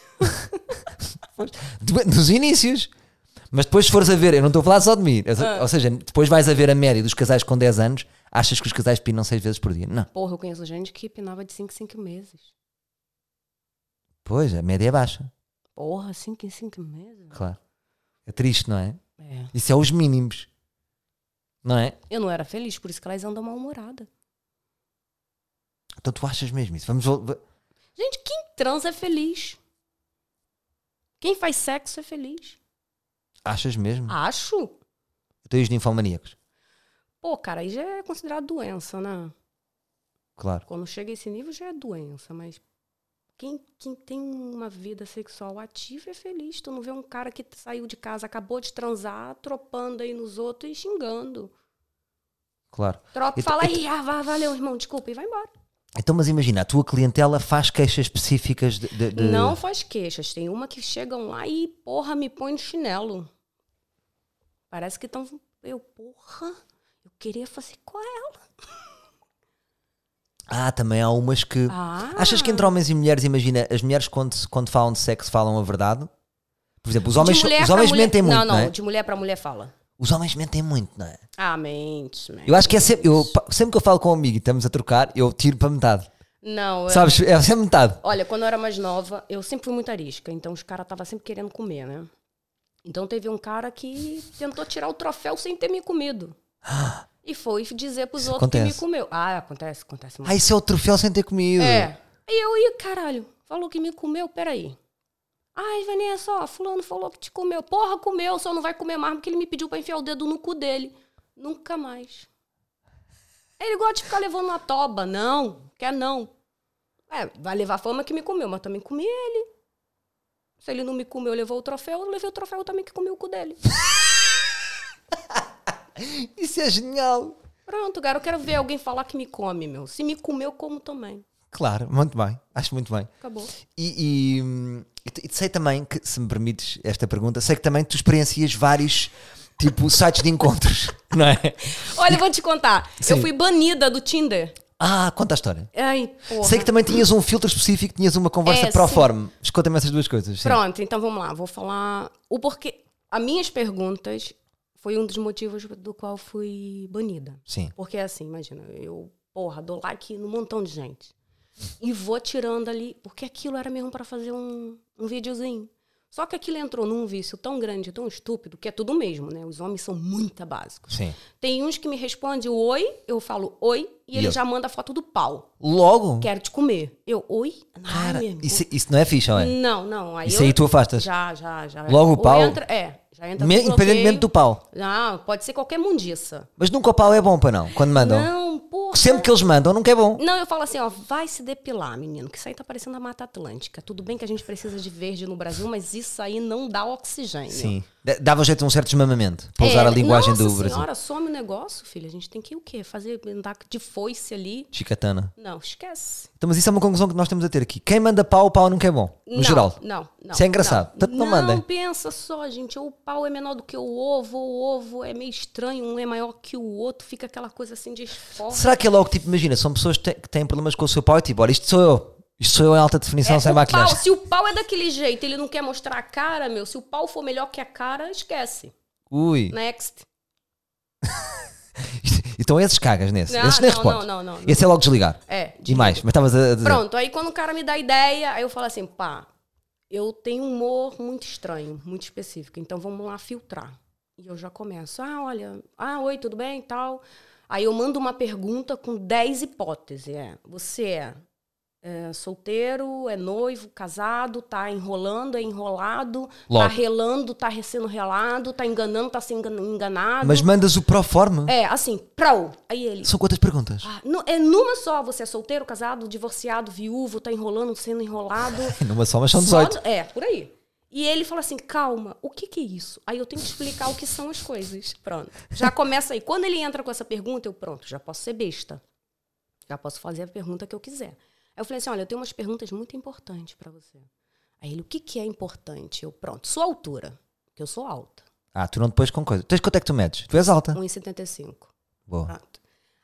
Du- Nos inícios. Mas depois, se fores a ver, eu não estou a falar só de mim. Eu-
Ah.
Ou seja, depois vais a ver a média dos casais com 10 anos, achas que os casais pinam 6 vezes por dia? Não.
Porra, eu conheço gente que pinava de 5 em 5 meses.
Pois, a média é baixa.
Porra, 5 em 5 meses?
Claro. É triste, não é?
É.
Isso é os mínimos. Não é?
Eu não era feliz, por isso que elas andam mal-humorada.
Então tu achas mesmo isso? Vamos. vol-
Gente, quem transa é feliz. Quem faz sexo é feliz.
Achas mesmo?
Ah. Acho.
Então e os ninfomaníacos?
Pô, cara, aí já é considerado doença, né?
Claro.
Quando chega a esse nível já é doença, mas quem, quem tem uma vida sexual ativa é feliz. Tu não vê um cara que saiu de casa, acabou de transar, tropando aí nos outros e xingando.
Claro.
Tropa,
Então-
fala aí, ah, vá, valeu, irmão, desculpa, e vai embora.
Então, mas imagina, a tua clientela faz queixas específicas de. de- de-
Não faz queixas. Tem uma que chegam lá e, porra, me põe no chinelo. Parece que estão. Eu, porra, eu queria fazer com ela.
Ah, também há umas que.
Ah,
Achas que entre homens e mulheres, imagina, as mulheres quando, se- quando falam de sexo falam a verdade? Por exemplo, os homens,
de mulher
os
pra
homens
mulher...
mentem muito,
Não,
não,
não,
é?
de mulher pra mulher fala.
Os homens mentem muito, não é?
Ah, mente, mente.
Eu acho que é sempre. Eu, pa- sempre que eu falo com um amigo e estamos a trocar, eu tiro para metade.
Não, eu-
Sabes? É sempre metade.
Olha, quando eu era mais nova, eu sempre fui muito arisca, então os caras estavam sempre querendo comer, né? Então teve um cara que tentou tirar o troféu sem ter me comido. E foi dizer pros
Isso
outros que
acontece.
me comeu. Ah, acontece, acontece muito.
Ah, isso é o troféu sem ter comido.
É. Aí eu ia, caralho, falou que me comeu, peraí. Ai, Vanessa, ó, fulano falou que te comeu. Porra, comeu, só não vai comer mais porque ele me pediu pra enfiar o dedo no cu dele. Nunca mais. "É, Ele gosta de ficar levando uma toba. Não, quer não. É, vai levar a fama que me comeu, mas também comi ele. Se ele não me comeu, levou o troféu, eu levei o troféu também que comeu o cu dele.
Isso é genial.
Pronto, cara, eu quero ver alguém falar que me come, meu. Se me comeu, como também.
Claro, muito bem. Acho muito bem.
Acabou.
E, e, hum, e te- e sei também que, se me permites esta pergunta, sei que também tu experiencias vários tipo sites de encontros, não é?
Olha, eu vou te contar.
Sim.
Eu fui banida do Tinder.
Ah, conta a história.
Ai, porra.
Sei que também tinhas um filtro específico, tinhas uma conversa
É,
pro
sim.
forma. Escuta-me essas duas coisas. sim.
Pronto, então vamos lá. Vou falar o porquê. As minhas perguntas foi um dos motivos do qual fui banida.
Sim.
Porque assim, imagina, eu, porra, dou like num montão de gente. E vou tirando ali, porque aquilo era mesmo pra fazer um, um videozinho. Só que aquilo entrou num vício tão grande, tão estúpido, que é tudo mesmo, né? Os homens são muito básicos.
Sim.
Tem uns que me respondem oi, eu falo oi, e ele
eu-
já manda foto do pau.
Logo.
Quero te comer. Eu, oi? Ai,
Cara,
meu irmão.
isso, isso não é ficha, é?
Não, não. Aí
Isso
eu-
aí tu afastas.
Já, já, já.
Logo o
Ou
pau?
entra- é, já entra
Me-
com
independentemente do
bloqueio.
pau.
Não, pode ser qualquer mundiça.
Mas nunca o pau é bom para não, quando mandam.
Não, porra.
Sempre que eles mandam, nunca é bom.
Não, eu falo assim, ó, vai se depilar, menino, que isso aí tá parecendo a Mata Atlântica. Tudo bem que a gente precisa de verde no Brasil, mas isso aí não dá oxigênio.
Sim. D- Dava jeito a um certo desmamamento, para usar
É,
a linguagem
nossa
do Brasil.
senhora, some o negócio, filha. A gente tem que o quê? Fazer andar de foice ali?
Chicatana.
Não, esquece.
Então, mas isso é uma conclusão que nós temos a ter aqui. Quem manda pau, o pau nunca é bom. No
não,
geral.
Não, não.
Isso é engraçado.
Não,
Portanto, não
não
mandem.
pensa só, gente. O pau é menor do que o ovo, o ovo é meio estranho, um é maior que o outro, fica aquela coisa assim de esforço.
Será que é logo tipo, imagina, são pessoas que te- que têm problemas com o seu pau e tipo, olha, isto sou eu. Isto sou eu em alta definição, sem
É, o pau,
maquilhagem.
se o pau é daquele jeito, ele não quer mostrar a cara, meu. Se o pau for melhor que a cara, esquece.
Ui.
Next.
então esses cagas nesse.
Não,
Esse nem
Ah, não,
responde.
não, não, não.
Esse é logo desligar.
É,
E mais, mas estavas a dizer.
Pronto, aí quando o cara me dá ideia, aí eu falo assim, pá, eu tenho um humor muito estranho, muito específico, então vamos lá filtrar. E eu já começo, ah, olha, ah, oi, tudo bem e tal. Aí eu mando uma pergunta com 10 hipóteses. É, você é, é, solteiro, é noivo, casado, tá enrolando, é enrolado, tá
Logo.
relando, tá sendo relado, tá enganando, tá sendo engan- enganado.
Mas mandas o pro forma.
É, assim, pro. Aí ele,
São quantas perguntas?
ah, nu- é numa só, você é solteiro, casado, divorciado, viúvo, tá enrolando, sendo enrolado.
Numa só, mas são
Ah. Só-
18.
é, por aí. E ele fala assim, calma, o que que é isso? Aí eu tenho que explicar o que são as coisas. Pronto. Já começa aí. Quando ele entra com essa pergunta, eu, pronto, já posso ser besta. Já posso fazer a pergunta que eu quiser. Aí eu falei assim, olha, eu tenho umas perguntas muito importantes pra você. Aí ele, o que que é importante? Eu, pronto, sua altura, que eu sou alta,
Ah, tu não depois com coisa. Tens quanto é que tu medes? Tu és
Ah.
alta.
1,75.
Boa.
Pronto.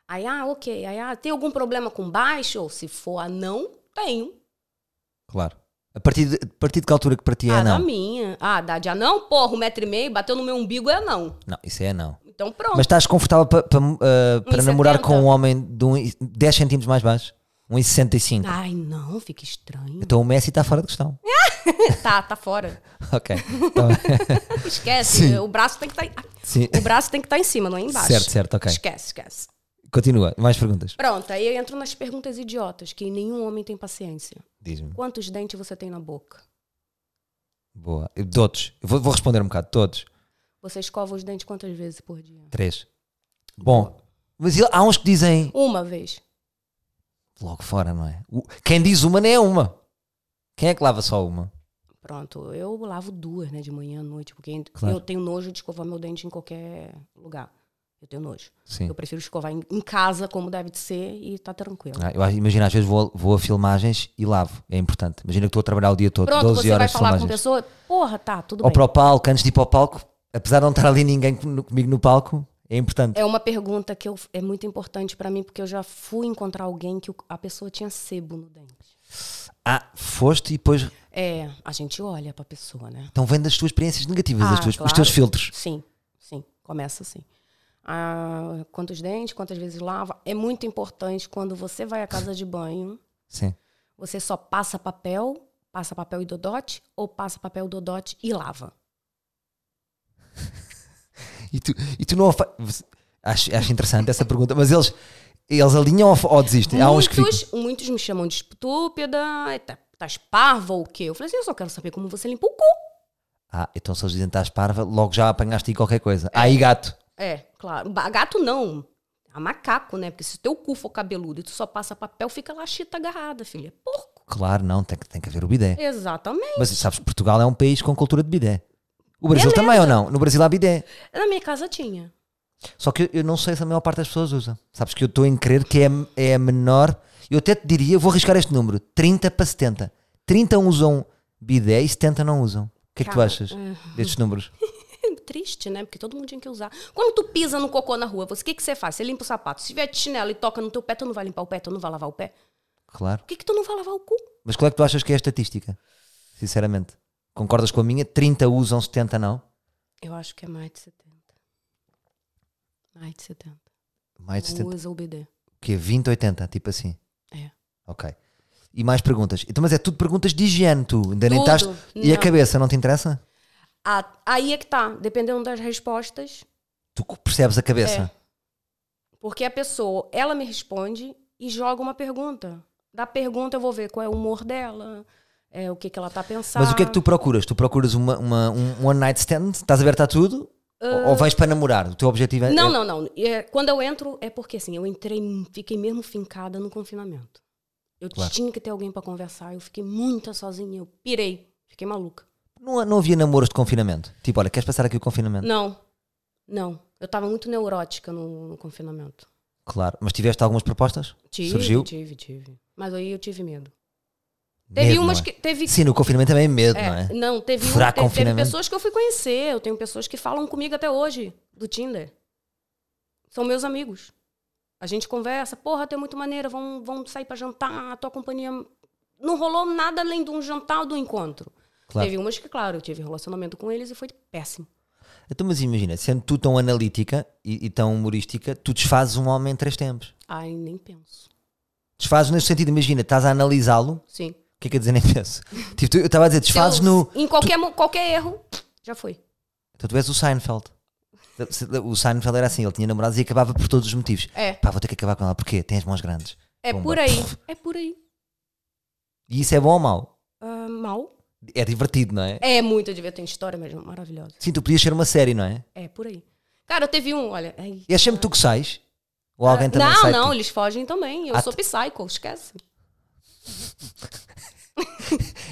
Aí, ah, ok. Aí, ah, tem algum problema com baixo? Ou se for a não, tenho.
Claro. A partir, de, a partir de que altura que para ti é
ah, da
não?
minha. Ah, dá de anão? Porra, um metro e meio, bateu no meu umbigo, é não.
Não, isso é não.
Então pronto.
Mas estás confortável pa- pa- ah, para
1,70.
namorar com um homem de um, e- 10 centímetros mais baixo? 1,65.
Ai, não, fica estranho.
Então o Messi está fora de questão.
tá, tá fora.
ok. Então,
Esquece,
Sim.
o braço tem que tá estar.
sim.
O braço tem que estar em cima, não é embaixo.
Certo, certo, ok.
Esquece, esquece.
Continua. Mais perguntas.
Pronto, aí eu entro nas perguntas idiotas, que nenhum homem tem paciência.
Diz-me.
Quantos dentes você tem na boca?
Boa. Eu- Todos. Eu vou, vou responder um bocado. Todos.
Você escova os dentes quantas vezes por dia?
Três. Bom. Mas ele- há uns que dizem
Uma vez.
logo fora, não é? O- Quem diz uma nem é uma. Quem é que lava só uma?
Pronto, eu lavo duas, né, de manhã à noite, porque ent-
Claro.
eu tenho nojo de escovar meu dente em qualquer lugar. Eu tenho nojo.
Sim.
Eu prefiro escovar em, em casa, como deve de ser, e tá tranquilo.
Ah, eu acho- imagina, às vezes vou, vou a filmagens e lavo. É importante. Imagina que estou a trabalhar o dia todo,
Pronto,
12
você vai
horas de
falar com a
filmagens.
pessoa, porra, tá, tudo
Ou
bem.
para o palco, antes de ir para o palco, apesar de não estar ali ninguém com- no- comigo no palco, é importante.
É uma pergunta que eu- é muito importante pra mim, porque eu já fui encontrar alguém que o- a pessoa tinha sebo no dente.
Ah, foste e depois.
É, a gente olha pra pessoa, né?
Então vem das tuas experiências negativas,
Ah,
das tuas, os
claro.
teus filtros.
Sim, sim, começa assim. Ah, quantos dentes, quantas vezes lava. É muito importante quando você vai à casa de banho,
Sim.
Você só passa papel, passa papel e dodote, ou passa papel, dodote e lava?
E tu, e tu não. afa- Acho, acho interessante essa pergunta, mas eles, eles alinham ou, ou desistem? Há uns que ficam.
muitos, muitos me chamam de estúpida, tá, estás parva ou o quê? Eu falei assim, eu só quero saber como você limpa o cu.
Ah, então se eles dizem que estás parva, logo já apanhaste aí qualquer coisa. Aí gato.
É, claro. Ba- Gato não. A macaco, né? Porque se o teu cu for cabeludo e tu só passa papel, fica lá chita agarrada, filha. É Porco.
Claro, não, tem, que- tem que haver o bidé.
Exatamente.
Mas sabes, que Portugal é um país com cultura de bidé. O Brasil também ou não? No Brasil há bidé.
Na minha casa tinha.
Só que eu, eu não sei se a maior parte das pessoas usa. Sabes que eu estou em crer que é, é a menor. Eu até te diria, vou arriscar este número: 30 para 70. 30 usam um. bidé e 70 não usam. O que é que tu
Cara, eh.
achas destes números?
É Triste, né? Porque todo mundo tinha que usar. Quando tu pisa no cocô na rua, você- o que, que você faz? Você limpa o sapato. Se tiver de chinelo e toca no teu pé, tu não vai limpar o pé, tu não vai lavar o pé.
Claro.
Por que, que tu não vai lavar o cu?
Mas qual é que tu achas que é a estatística? Sinceramente. Concordas com a minha? 30 usam, 70 não.
Eu acho que é mais de 70. Mais de 70.
Mais de 70.
Usa o BD.
O quê? 20, 80, tipo assim.
É.
Ok. E mais perguntas. Então, mas é tudo perguntas de higiene, tu. Ainda nem
Tudo.
estás. E a
Não.
cabeça, não te interessa?
Ah, aí é que tá, dependendo das respostas,
Tu percebes a
É.
cabeça.
porque a pessoa, ela me responde e joga uma pergunta. Da pergunta eu vou ver qual é o humor dela, é, o que, que ela tá pensando.
Mas o que é que tu procuras? Tu procuras uma, uma- um one night stand? Estás aberta a tudo? Ou- Ou vais para namorar? O teu objetivo é.
Ah. Não,
é-
não, não. É, quando eu entro, é porque assim, eu entrei, fiquei mesmo fincada no confinamento. Eu
Claro.
tinha que ter alguém pra conversar, eu fiquei muito sozinha, eu pirei, fiquei maluca.
não. não havia namoros de confinamento. Tipo, olha, queres passar aqui o confinamento?
Não, não. Eu tava muito neurótica no- no confinamento.
Claro. Mas tiveste algumas propostas?
Tive,
Surgiu?
tive, tive. Mas aí eu tive medo. Teve
Medo,
umas
não é?
que. Teve,
Sim, no confinamento também é medo,
é,
não é?
Não, teve, um-
Furar
teve- teve
confinamento.
pessoas que eu fui conhecer. Eu tenho pessoas que falam comigo até hoje, do Tinder. São meus amigos. A gente conversa, porra, tu é muito maneira, vamos, vamos sair pra jantar, a tua companhia. Não rolou nada além de um jantar ou de um encontro.
Claro.
Teve umas que, claro, eu tive relacionamento com eles e foi péssimo.
Então, mas imagina, sendo tu tão analítica e, e tão humorística, tu desfazes um homem em três tempos.
Ai, nem penso.
Desfazes nesse sentido, imagina, estás a analisá-lo.
Sim.
O que é que eu dizer nem penso? Tipo, tu- eu estava a dizer, desfazes
Eu-
no.
Em qualquer, mo- qualquer erro, já foi.
Então tu és o Seinfeld. O Seinfeld era assim, ele tinha namorados e acabava por todos os motivos.
É.
Pá, vou ter que acabar com ela. Porquê? Tem as mãos grandes.
É
Pumba.
por aí. É por aí.
E isso é bom ou mau?
Ah, mal.
É divertido, não é?
É muito divertido. Tem história mesmo maravilhosa.
Sim, tu podias ser uma série, não é?
É por aí. Cara, teve um, olha. ai,
E é sempre tu que sais? Ou alguém também
Ah, não,
sai?
não, eles fogem também. Eu
Ah,
sou psycho, esquece.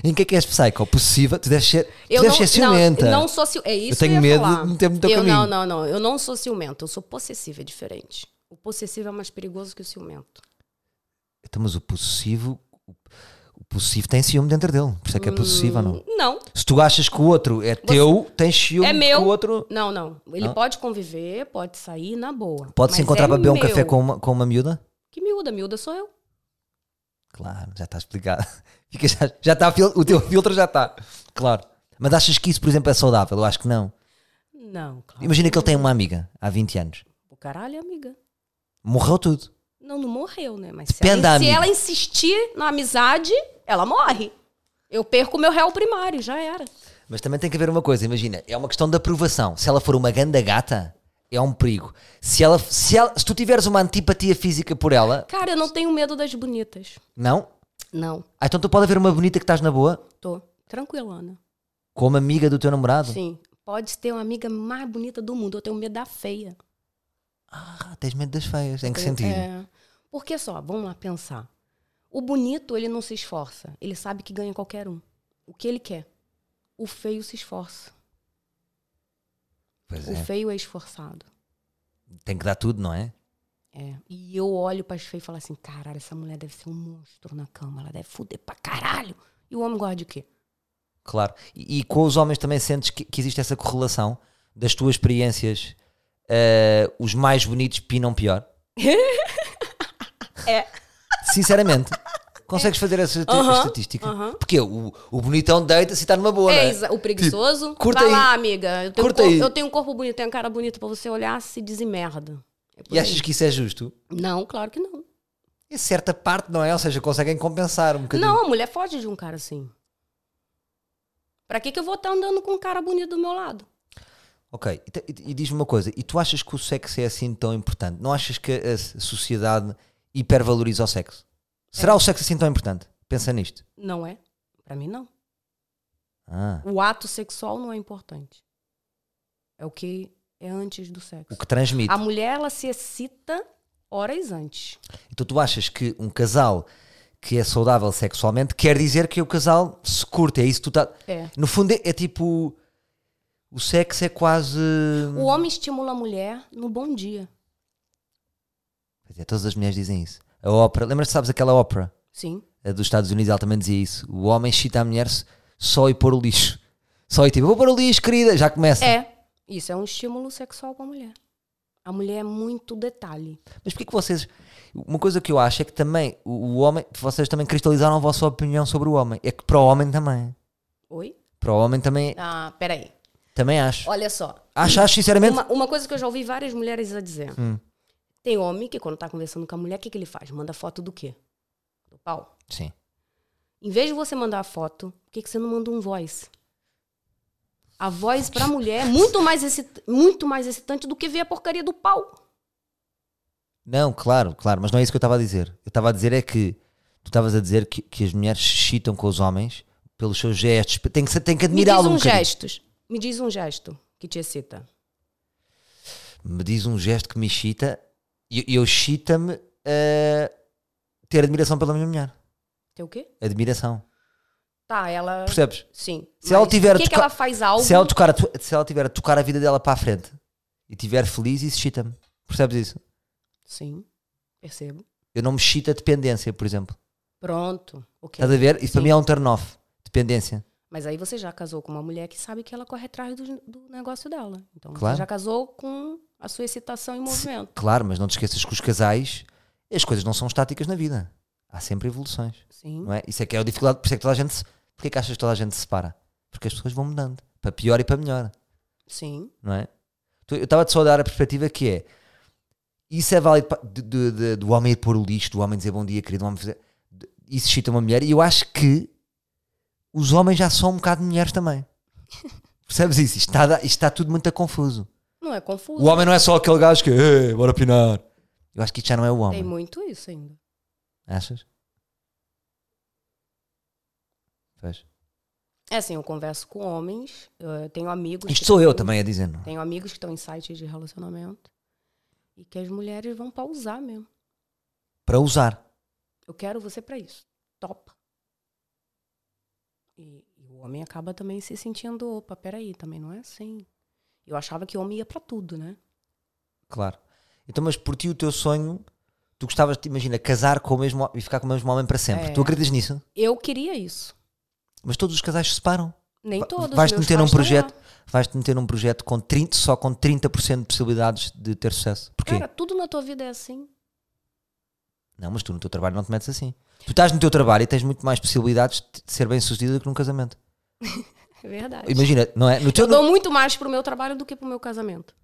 Em que é que és psycho? Possível? Tu deves ser, tu
Eu
deves
não,
ser é ciumenta.
Não, não sou ciu- É isso
tenho
que eu ia
medo
falar.
de meter-me no teu
eu
caminho.
não, não, não. Eu não sou ciumenta. Eu sou possessiva, é diferente. O possessivo é mais perigoso que o ciumento.
Então, mas o possessivo... O possessivo tem ciúme dentro dele. Por isso é que é possessivo ou não?
Não,
Se tu achas que o outro é teu, tens ciúme
Hum. É
de
meu.
que o outro...
não, não. Ele
Não?
pode conviver, pode sair na boa.
Pode-se
Mas
encontrar
é
para beber um
meu.
café com uma, com uma miúda?
Que miúda, miúda sou eu.
Claro, já está explicado. Fica já, já está, fil- o teu filtro já está. Claro. Mas achas que isso, por exemplo, é saudável? Eu acho que não.
Não, claro.
Imagina que ele tem uma amiga há 20 anos.
O caralho, amiga.
Morreu tudo.
Não, não morreu, né? Mas se,
Depende da
ela, se
amiga.
ela insistir na amizade, ela morre. Eu perco o meu réu primário, já era.
Mas também tem que haver uma coisa, imagina, é uma questão de aprovação. Se ela for uma ganda gata, é um perigo. Se, ela, se, ela- se tu tiveres uma antipatia física por ela,
Cara, eu não tenho medo das bonitas.
não?
Não,
Ah, então tu pode haver uma bonita que estás na boa,
tô tranquilona.
como amiga do teu namorado?
Sim, pode ter uma amiga mais bonita do mundo. Eu tenho medo da feia.
Ah, tens medo das feias. Em que né? sentido?
É, porque só, vamos lá pensar. O bonito, ele não se esforça. Ele sabe que ganha qualquer um. O que ele quer. O feio se esforça.
Pois
O
é,
feio é esforçado.
tem que dar tudo, não é?
É. E eu olho para as feias e falo assim: caralho, essa mulher deve ser um monstro na cama. Ela deve foder pra caralho. E o homem gosta de quê?
Claro. E, e com os homens também sentes que, que existe essa correlação das tuas experiências, eh, os mais bonitos pinam pior?
É.
Sinceramente, consegues fazer essa esta-
Aham,
estatística?
aham.
Porque o, o bonitão deita-se e está numa boa, não
É,
é?
exa- o preguiçoso.
curta
vai
aí.
lá, amiga. Eu tenho,
Curta
um cor-
aí.
eu tenho um corpo bonito, tenho uma cara bonita pra você olhar, se desmerda. É por
E
aí.
achas que isso é justo?
Não, claro que não.
E certa parte, não é? Ou seja, conseguem compensar um bocadinho.
Não, a mulher foge de um cara assim. Pra que, que eu vou estar andando com um cara bonito do meu lado?
Ok, e, te- e- e diz-me uma coisa, e tu achas que o sexo é assim tão importante? Não achas que a s- sociedade hipervaloriza o sexo?
É.
Será o sexo assim tão importante? Pensa nisto.
Não é? Pra mim, não.
Ah,
O ato sexual não é importante. É o que é antes do sexo.
o que transmite.
A mulher, ela se excita horas antes.
Então tu achas que um casal que é saudável sexualmente quer dizer que o casal se curte, é isso que tu tá...
É.
No fundo é, é tipo... O sexo é quase...
O homem estimula a mulher no bom dia.
Pois é, todas as mulheres dizem isso. A ópera, lembras-te, sabes aquela ópera?
Sim.
a dos Estados Unidos, ela também dizia isso. O homem excita a mulher só e pôr o lixo. Só e tipo, vou pôr o lixo, querida, já começa.
É. Isso é um estímulo sexual pra mulher. A mulher é muito detalhe.
Mas porquê que vocês. Uma coisa que eu acho é que também o, o homem. Vocês também cristalizaram a vossa opinião sobre o homem. É que para o homem também.
Oi?
Para o homem também,
Ah, peraí.
também acho.
Olha só.
Acho, acho sinceramente.
Uma, uma coisa que eu já ouvi várias mulheres a dizer. Tem homem que quando tá conversando com a mulher, o que, que ele faz? Manda foto do quê? Do pau.
Sim.
Em vez de você mandar a foto, por que, que você não manda um voice? A voz pra mulher é muito mais, excit- muito mais excitante do que ver a porcaria do pau.
Não, claro, claro, mas não é isso que eu estava a dizer. Eu estava a dizer é que tu estavas a dizer que, que as mulheres se excitam com os homens pelos seus gestos. Tem que, se- tem que
Me diz
admirá-lo
um
um bocadinho.
gestos. Me diz um gesto que te excita.
me diz um gesto que me excita e eu, eu excita-me eh, ter admiração pela minha mulher.
Tem o quê?
Admiração.
Tá, ela.
Percebes?
Sim.
Se ela
Mas
tiver
Por que, que
toca-
ela faz algo?
Se ela, tocar a tu- se ela tiver a tocar a vida dela para a frente e estiver feliz, isso excita-me. Percebes isso?
Sim. Percebo.
Eu não me excita a dependência, por exemplo.
Pronto. Ok.
Estás a ver? Isso para
Sim.
mim é um turn-off. Dependência.
Mas aí você já casou com uma mulher que sabe que ela corre atrás do, do negócio dela. Então
Claro.
você já casou com a sua excitação em movimento.
Claro, mas não te esqueças que os casais, as coisas não são estáticas na vida. Há sempre evoluções.
Sim.
Não é? Isso é que é a dificuldade. Por isso é que toda a gente se... Porquê que achas que toda a gente se separa? Porque as pessoas vão mudando. Para pior e para melhor.
Sim.
não é? Tu- Eu estava só a dar a perspectiva que é isso é válido pa- de- de- de- do homem ir pôr o lixo, do homem dizer bom dia, querido, do homem fazer. de- Isso excita uma mulher e eu acho que os homens já são um bocado de mulheres também. Percebes isso? Isto está, a dar- isto está tudo muito confuso.
Não é confuso.
O homem não é só aquele gajo que, "Ei, bora pinar. Eu acho que isto já não é o
Tem
homem.
muito isso ainda.
Achas? Pois.
É assim, eu converso com homens, eu tenho amigos.
Isto
que
sou eu
têm-
também a dizer, não? é?
Tenho amigos que estão em sites de relacionamento e que as mulheres vão pausar mesmo.
Para usar.
Eu quero você pra isso. Topa. E, e o homem acaba também se sentindo, opa, peraí, também não é assim. Eu achava que homem ia pra tudo, né?
Claro. Então, mas por ti o teu sonho, tu gostavas de, imagina, casar com o mesmo ho- e ficar com o mesmo homem para sempre.
É.
Tu acreditas nisso?
Eu queria isso.
Mas todos os casais se separam.
Nem todos.
vais-te
meus
meter num
pais estão
projeto-
lá.
Vais-te meter num projeto com 30, só com 30% de possibilidades de ter sucesso. Porquê?
Cara, tudo na tua vida é assim.
Não, mas tu no teu trabalho não te metes assim. Tu estás no teu trabalho e tens muito mais possibilidades de ser bem sucedido do que num casamento.
É verdade.
Imagina, não é? No teu,
Eu dou muito mais pro meu trabalho do que pro meu casamento.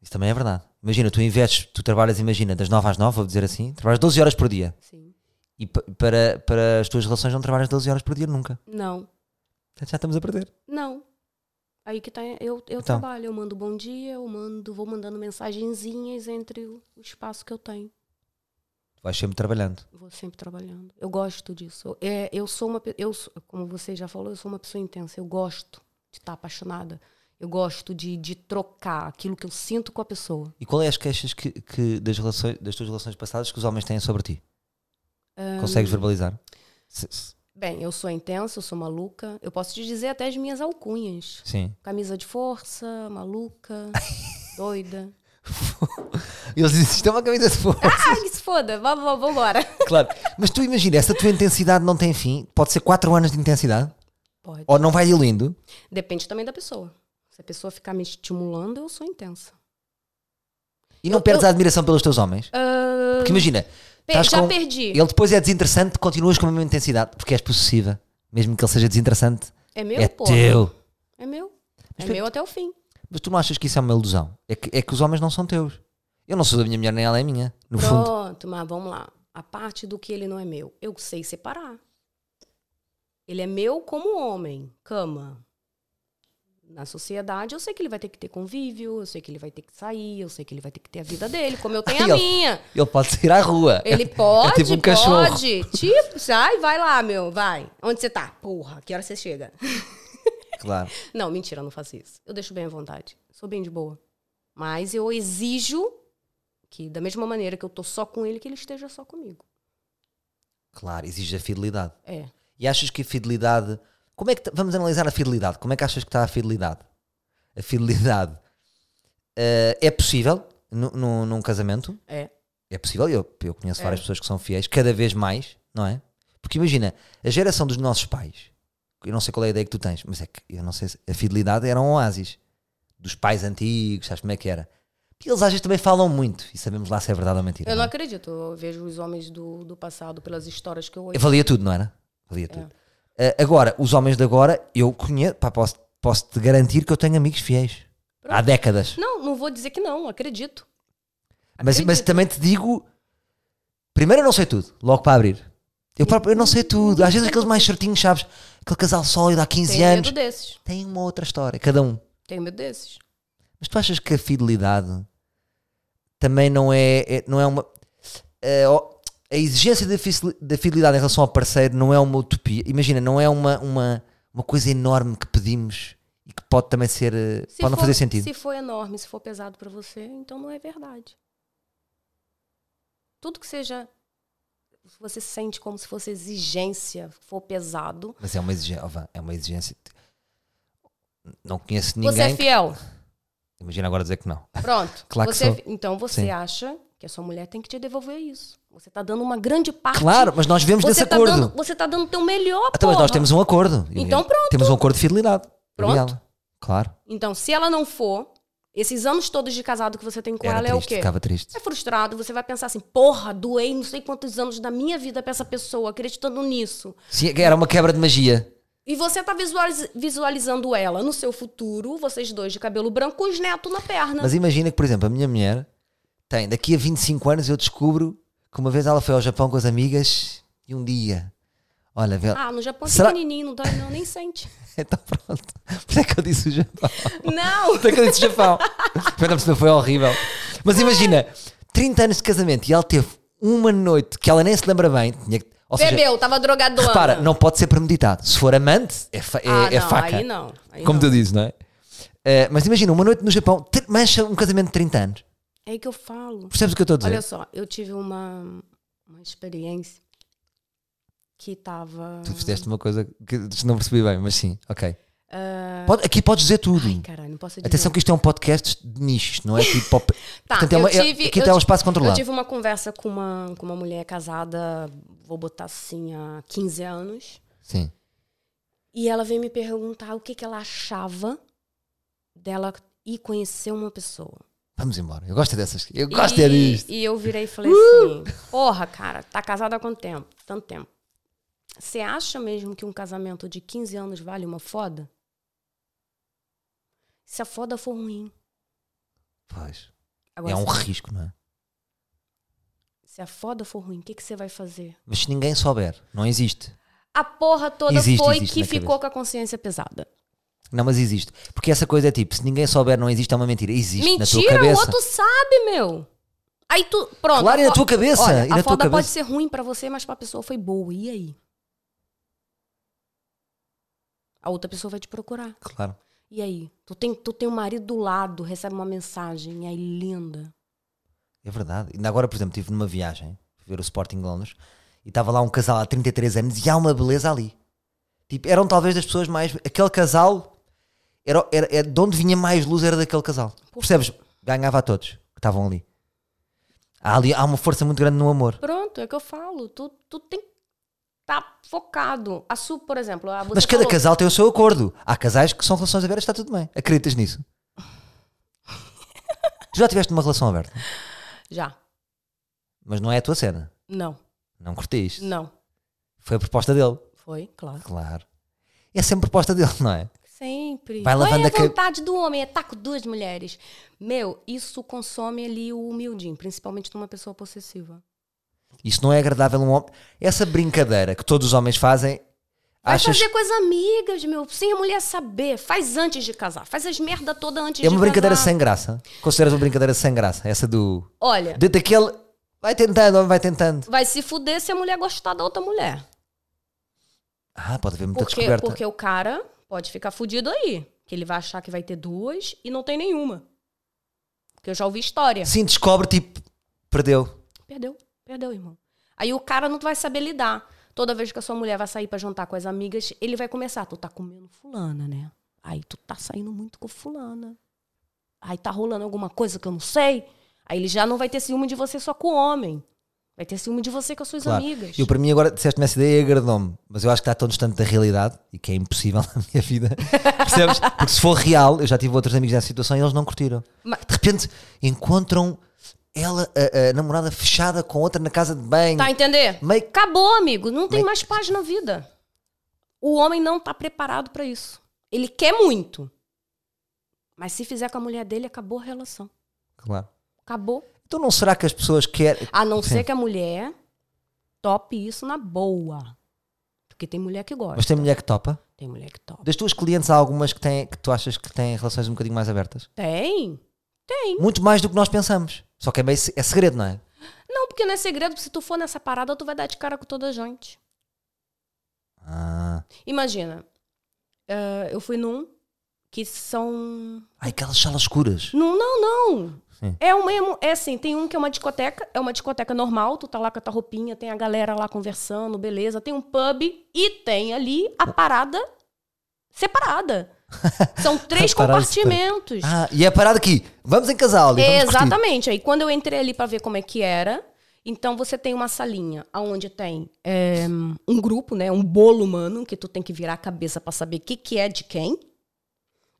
Isso também é verdade. Imagina, tu investes, tu trabalhas, imagina, das 9 às 9, vou dizer assim, trabalhas 12 horas por dia.
Sim.
E pa- para, para as tuas relações não trabalhas 12 horas por dia nunca.
Não.
Portanto, Já estamos a perder.
Não. Aí que tá. Eu, eu
Então.
trabalho, eu mando bom dia, eu mando, vou mandando mensagenzinhas entre o o espaço que eu tenho.
Tu vais sempre trabalhando.
Vou sempre trabalhando. Eu gosto disso. Eu, é, eu sou uma pe- eu sou- como você já falou, eu sou uma pessoa intensa. Eu gosto de estar apaixonada. Eu gosto de, de trocar aquilo que eu sinto com a pessoa.
E qual é as queixas que, que das, relações, das tuas relações passadas que os homens têm sobre ti?
Hum.
Consegues verbalizar? Se- se-
Bem, eu sou intensa, eu sou maluca. Eu posso te dizer até as minhas alcunhas.
sim.
Camisa de força, maluca, doida.
Eles dizem, isto é uma camisa de força.
Ai, que se foda, vamos, vamos embora.
Claro. Mas tu imagina, essa tua intensidade não tem fim. Pode ser 4 anos de intensidade.
Pode.
Ou não vai diluindo.
Depende também da pessoa. Se a pessoa ficar me estimulando, eu sou intensa.
E não
Eu-
perdes
eu-
a admiração pelos teus homens. Porque imagina,
Ah, Pe-
estás
já
com-
perdi.
ele depois é desinteressante, continuas com a mesma intensidade. Porque és possessiva. Mesmo que ele seja desinteressante,
É meu,
é
pô.
teu.
É meu. É
Mas
meu até o fim.
Mas tu não achas que isso é uma ilusão? É que, é que os homens não são teus. Eu não sou da minha mulher, nem ela é minha. No fundo.
Pronto, mas vamos lá. A parte do que ele não é meu, eu sei separar. Ele é meu como homem, cama. Na sociedade, eu sei que ele vai ter que ter convívio, eu sei que ele vai ter que sair, eu sei que ele vai ter que ter a vida dele, como eu tenho
Ai, ó.
a minha.
Ele pode sair à rua.
Ele pode,
tipo um cachorro.
pode. Tipo, sai, vai lá, meu, vai. Onde você tá? Porra, que hora você chega?
É, Claro.
Não, mentira, eu não faço isso. Eu deixo bem à vontade. Sou bem de boa. Mas eu exijo que, da mesma maneira que eu tô só com ele, que ele esteja só comigo.
Claro, exige a fidelidade.
É.
E achas que a fidelidade. Como é que. tá- Vamos analisar a fidelidade. Como é que achas que está a fidelidade? A fidelidade eh, é possível nu- nu- num casamento?
É.
É possível. Eu, eu conheço várias pessoas que são fiéis, cada vez mais, não é? Porque imagina, a geração dos nossos pais, eu não sei qual é a ideia que tu tens, mas é que eu não sei se a fidelidade era um oásis dos pais antigos, sabes como é que era? Porque eles às vezes também falam muito e sabemos lá se é verdade ou mentira.
Eu
não
não
é?
acredito. Eu vejo os homens do, do passado pelas histórias que eu
Eu
ouço.
valia tudo, não era? Valia tudo. Ah, agora, os homens de agora, eu conheço, pá, posso, posso te garantir que eu tenho amigos fiéis. Há décadas.
Não, não vou dizer que não, acredito.
Mas, mas
acredito.
também te digo: primeiro eu não sei tudo, logo para abrir. Eu, próprio, eu não sei tudo. Às vezes aqueles mais certinhos, sabes? Aquele casal sólido há 15
Tenho
anos.
medo desses.
Tem uma outra história, cada um.
Tenho medo desses.
Mas tu achas que a fidelidade também não é, é- não é uma. é, ó, a exigência da fisli- da fidelidade em relação ao parceiro não é uma utopia. Imagina, não é uma, uma, uma coisa enorme que pedimos e que pode também ser. eh,
Se
pode não
for-
fazer sentido.
Se for enorme, se for pesado pra você, então não é verdade. Tudo que seja. se Você sente como se fosse exigência, for pesado.
Mas é uma exigência. ó vá, é uma exigência. Não conheço
Você é
ninguém. que-
fiel.
Imagina agora dizer que não.
Pronto.
Claro que
Você é
sou.
fi- então você
Sim.
acha que a sua mulher tem que te devolver isso. Você tá dando uma grande parte.
Claro, mas nós vivemos nesse
você tá,
acordo.
dando, você tá dando o teu melhor,
Então, mas
porra.
nós temos um acordo.
Então pronto.
Temos um acordo de fidelidade. Eu e
Pronto.
ela. Claro.
Então, se ela não for, esses anos todos de casado que você tem com
Era
ela é o
triste,
quê?
ficava triste.
Você é frustrado, você vai pensar assim, porra, doei não sei quantos anos da minha vida pra essa pessoa, acreditando nisso.
é Sim, era uma quebra de magia.
E você tá visualiz- visualizando ela no seu futuro, vocês dois de cabelo branco, com os netos na perna.
Mas imagina que, por exemplo, a minha mulher tem, daqui a 25 anos eu descubro que uma vez ela foi ao Japão com as amigas e um dia, olha, vê,
Ah, no Japão é
Será-
pequenininho, não dói não, nem sente.
então pronto. Por isso é que eu disse o Japão?
Não!
Por isso é que eu disse o Japão? Pena, senão foi horrível. Mas imagina, 30 anos de casamento e ela teve uma noite que ela nem se lembra bem. tinha que- ou seja,
Bebeu, tava drogadona.
repara, não pode ser premeditado. Se for amante, é, fa- é-
ah,
é
não,
faca.
aí não. aí
Como
não.
tu dizes, não é? Eh, mas imagina, uma noite no Japão te- mancha um casamento de 30 anos.
É aí que eu falo.
Percebes o que eu estou a dizer?
Olha só, eu tive uma, uma experiência que tava.
Tu fizeste uma coisa que não percebi bem, mas sim, ok. Pode- aqui podes dizer tudo.
Caralho, não posso dizer.
Atenção que isto é um podcast de nichos, não é tipo pop.
Tá,
Portanto, é
eu
uma- é-
tive-
aqui
eu
está o
ti-
espaço controlado.
Eu tive uma conversa com uma, com uma mulher casada, vou botar assim, há 15 anos.
Sim.
E ela veio me perguntar o que, que ela achava dela ir conhecer uma pessoa.
Vamos embora. Eu gosto dessas. Eu
E-
gosto é disto.
E eu virei e falei
Uh!
assim: Porra, cara, tá casada há quanto tempo? Tanto tempo. Você acha mesmo que um casamento de 15 anos vale uma foda? Se a foda for ruim.
Pois.
Agora,
É um
se-
risco, não é?
se a foda for ruim, o que, que você vai fazer?
Mas se ninguém souber, não existe.
A porra toda
Existe,
foi
existe
que
na
ficou
cabeça.
com a consciência pesada.
Não, mas existe. Porque essa coisa é tipo, se ninguém souber, não existe, é uma mentira. Existe na tua
Mentira, o
cabeça.
outro sabe, meu. Aí tu, pronto.
Claro, e
a
na
fo-
tua cabeça.
Olha,
e na
a
tua
foda pode
cabeça.
ser ruim pra você, mas pra pessoa foi boa. E aí? A outra pessoa vai te procurar.
Claro.
E aí? Tu tem, tu tem um marido do lado, recebe uma mensagem, e aí linda.
É verdade. Ainda agora, por exemplo, estive numa viagem fui ver o Sporting Londres e estava lá um casal há 33 anos e há uma beleza ali. Tipo, eram talvez das pessoas mais. Aquele casal era, era, era- de onde vinha mais luz era daquele casal. Percebes? Ganhava a todos que estavam ali. Há, ali. há uma força muito grande no amor.
Pronto, é o que eu falo. Tu, tu tem que tá focado. A Su, por exemplo, a você
Mas cada
falou,
casal tem o seu acordo. Há casais que são relações abertas, está tudo bem. Acreditas nisso? tu já tiveste uma relação aberta,
Já.
mas não é a tua cena.
Não,
Não curtiste.
não.
Foi a proposta dele.
Foi, claro.
Claro. É sempre proposta dele, não é?
Sempre.
Vai
Qual é
lavando
a
a ca-
vontade do homem? É tá com duas mulheres. Meu, isso consome ali o humildinho, principalmente numa pessoa possessiva.
Isso não é agradável a um homem. Essa brincadeira que todos os homens fazem,
Vai
achas
fazer com as amigas, meu, sem a mulher saber. Faz antes de casar. Faz as merda toda antes de
é uma brincadeira
casar.
sem graça? Consideras uma brincadeira sem graça? Essa do.
Olha,
De, daquele. Vai tentando, homem, vai tentando.
vai se fuder se a mulher gostar da outra mulher.
Ah, pode haver muita
Porque,
Tá descoberta.
porque o cara pode ficar fudido aí. Que ele vai achar que vai ter duas e não tem nenhuma. Porque eu já ouvi história.
Sim, descobre, tipo, perdeu.
Perdeu, perdeu, irmão. Aí o cara não vai saber lidar. Toda vez que a sua mulher vai sair pra jantar com as amigas, ele vai começar. Tu tá comendo fulana, né? Aí tu tá saindo muito com fulana. Aí tá rolando alguma coisa que eu não sei. Aí ele já não vai ter ciúme de você só com o homem. Vai ter ciúme de você com as suas
Claro.
amigas.
Eu, para mim, agora disseste-me essa ideia e agradou-me. Mas eu acho que está tão distante da realidade e que é impossível na minha vida. Percebes? Porque se for real, eu já tive outros amigos nessa situação e eles não curtiram.
Mas-
De repente, encontram ela, a, a namorada, fechada com outra na casa de banho.
Tá a entender?
Meio-
Acabou, amigo. Não tem
Meio-
mais paz na vida. O homem não tá preparado pra isso. Ele quer muito. Mas se fizer com a mulher dele, acabou a relação.
Claro.
Acabou.
Então não será que as pessoas querem.
A não
Sim.
ser que a mulher tope isso na boa. Porque tem mulher que gosta.
Mas tem mulher que topa?
Tem mulher que topa.
Das tuas clientes há algumas que, têm, que tu achas que têm relações um bocadinho mais abertas?
Tem.
Muito mais do que nós pensamos. Só que é, meio, se- é segredo, não é?
Não, porque não é segredo. Se tu for nessa parada, tu vai dar de cara com toda a gente.
Ah.
Imagina. eh, eu fui num que são
Ai, aquelas salas escuras.
Não, não, não.
Sim.
É o mesmo. É assim, tem um que é uma discoteca, é uma discoteca normal, tu tá lá com a tua roupinha, tem a galera lá conversando, beleza, tem um pub e tem ali a parada separada. São três
A parada
compartimentos.
Ah, e é parado aqui. Vamos em casal. E vamos curtir.
Exatamente. Aí quando eu entrei ali pra ver como é que era, então você tem uma salinha onde tem é, um grupo, né? Um bolo humano que tu tem que virar a cabeça pra saber o que, que é de quem.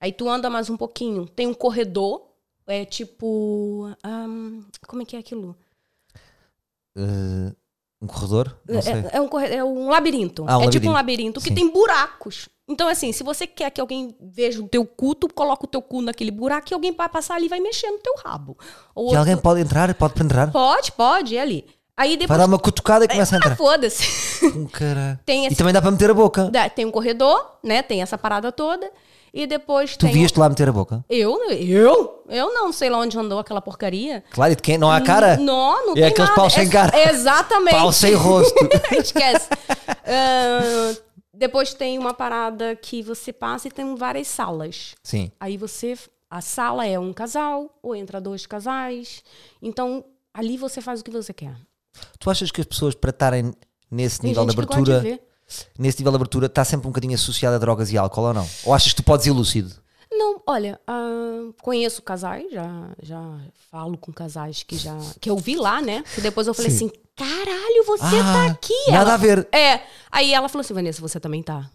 Aí tu anda mais um pouquinho, tem um corredor, é tipo. ahn, como é que é aquilo?
Eh, Um corredor? Não sei.
É, é um, corre- é um labirinto.
Ah, um
é tipo um
labirinto.
labirinto que
Sim.
tem buracos. Então, assim, se você quer que alguém veja o teu cu, tu coloca o teu cu naquele buraco e alguém vai passar ali e vai mexer no teu rabo. Ou
E
outro-
alguém pode entrar, pode penetrar.
Pode, pode, é ali. Aí
Vai
depois.
dar uma cutucada e começa a
Ah,
entrar.
foda-se.
Um cara.
Tem
E
esse-
também dá para meter a boca.
Da- tem um corredor, né? Tem essa parada toda. E depois
Tu
tem. um-
vias-te lá meter a boca?
Eu? Eu? Eu não sei lá onde andou aquela porcaria.
Claro, e de quem? Não há cara?
Não, não
É
tem
aqueles
nada.
pau sem
É-
cara.
Exatamente.
Pau sem rosto.
Esquece. Ah, depois tem uma parada que você passa e tem várias salas.
Sim.
Aí você. A sala é um casal, ou entra dois casais. Então, ali você faz o que você quer.
Tu achas que as pessoas, para estarem nesse
Tem
nível de
gente que gosta de
abertura,
ver.
nesse nível de abertura, está sempre um bocadinho associada a drogas e álcool ou não? Ou achas que tu podes ir lúcido?
Não, olha, ah, conheço casais, já, já falo com casais que já. que eu vi lá, né? Que depois eu falei
Sim. Ah,
assim: caralho, você tá aqui!
Nada
Ela-
a ver.
É. Aí ela falou assim: Vanessa, você também tá.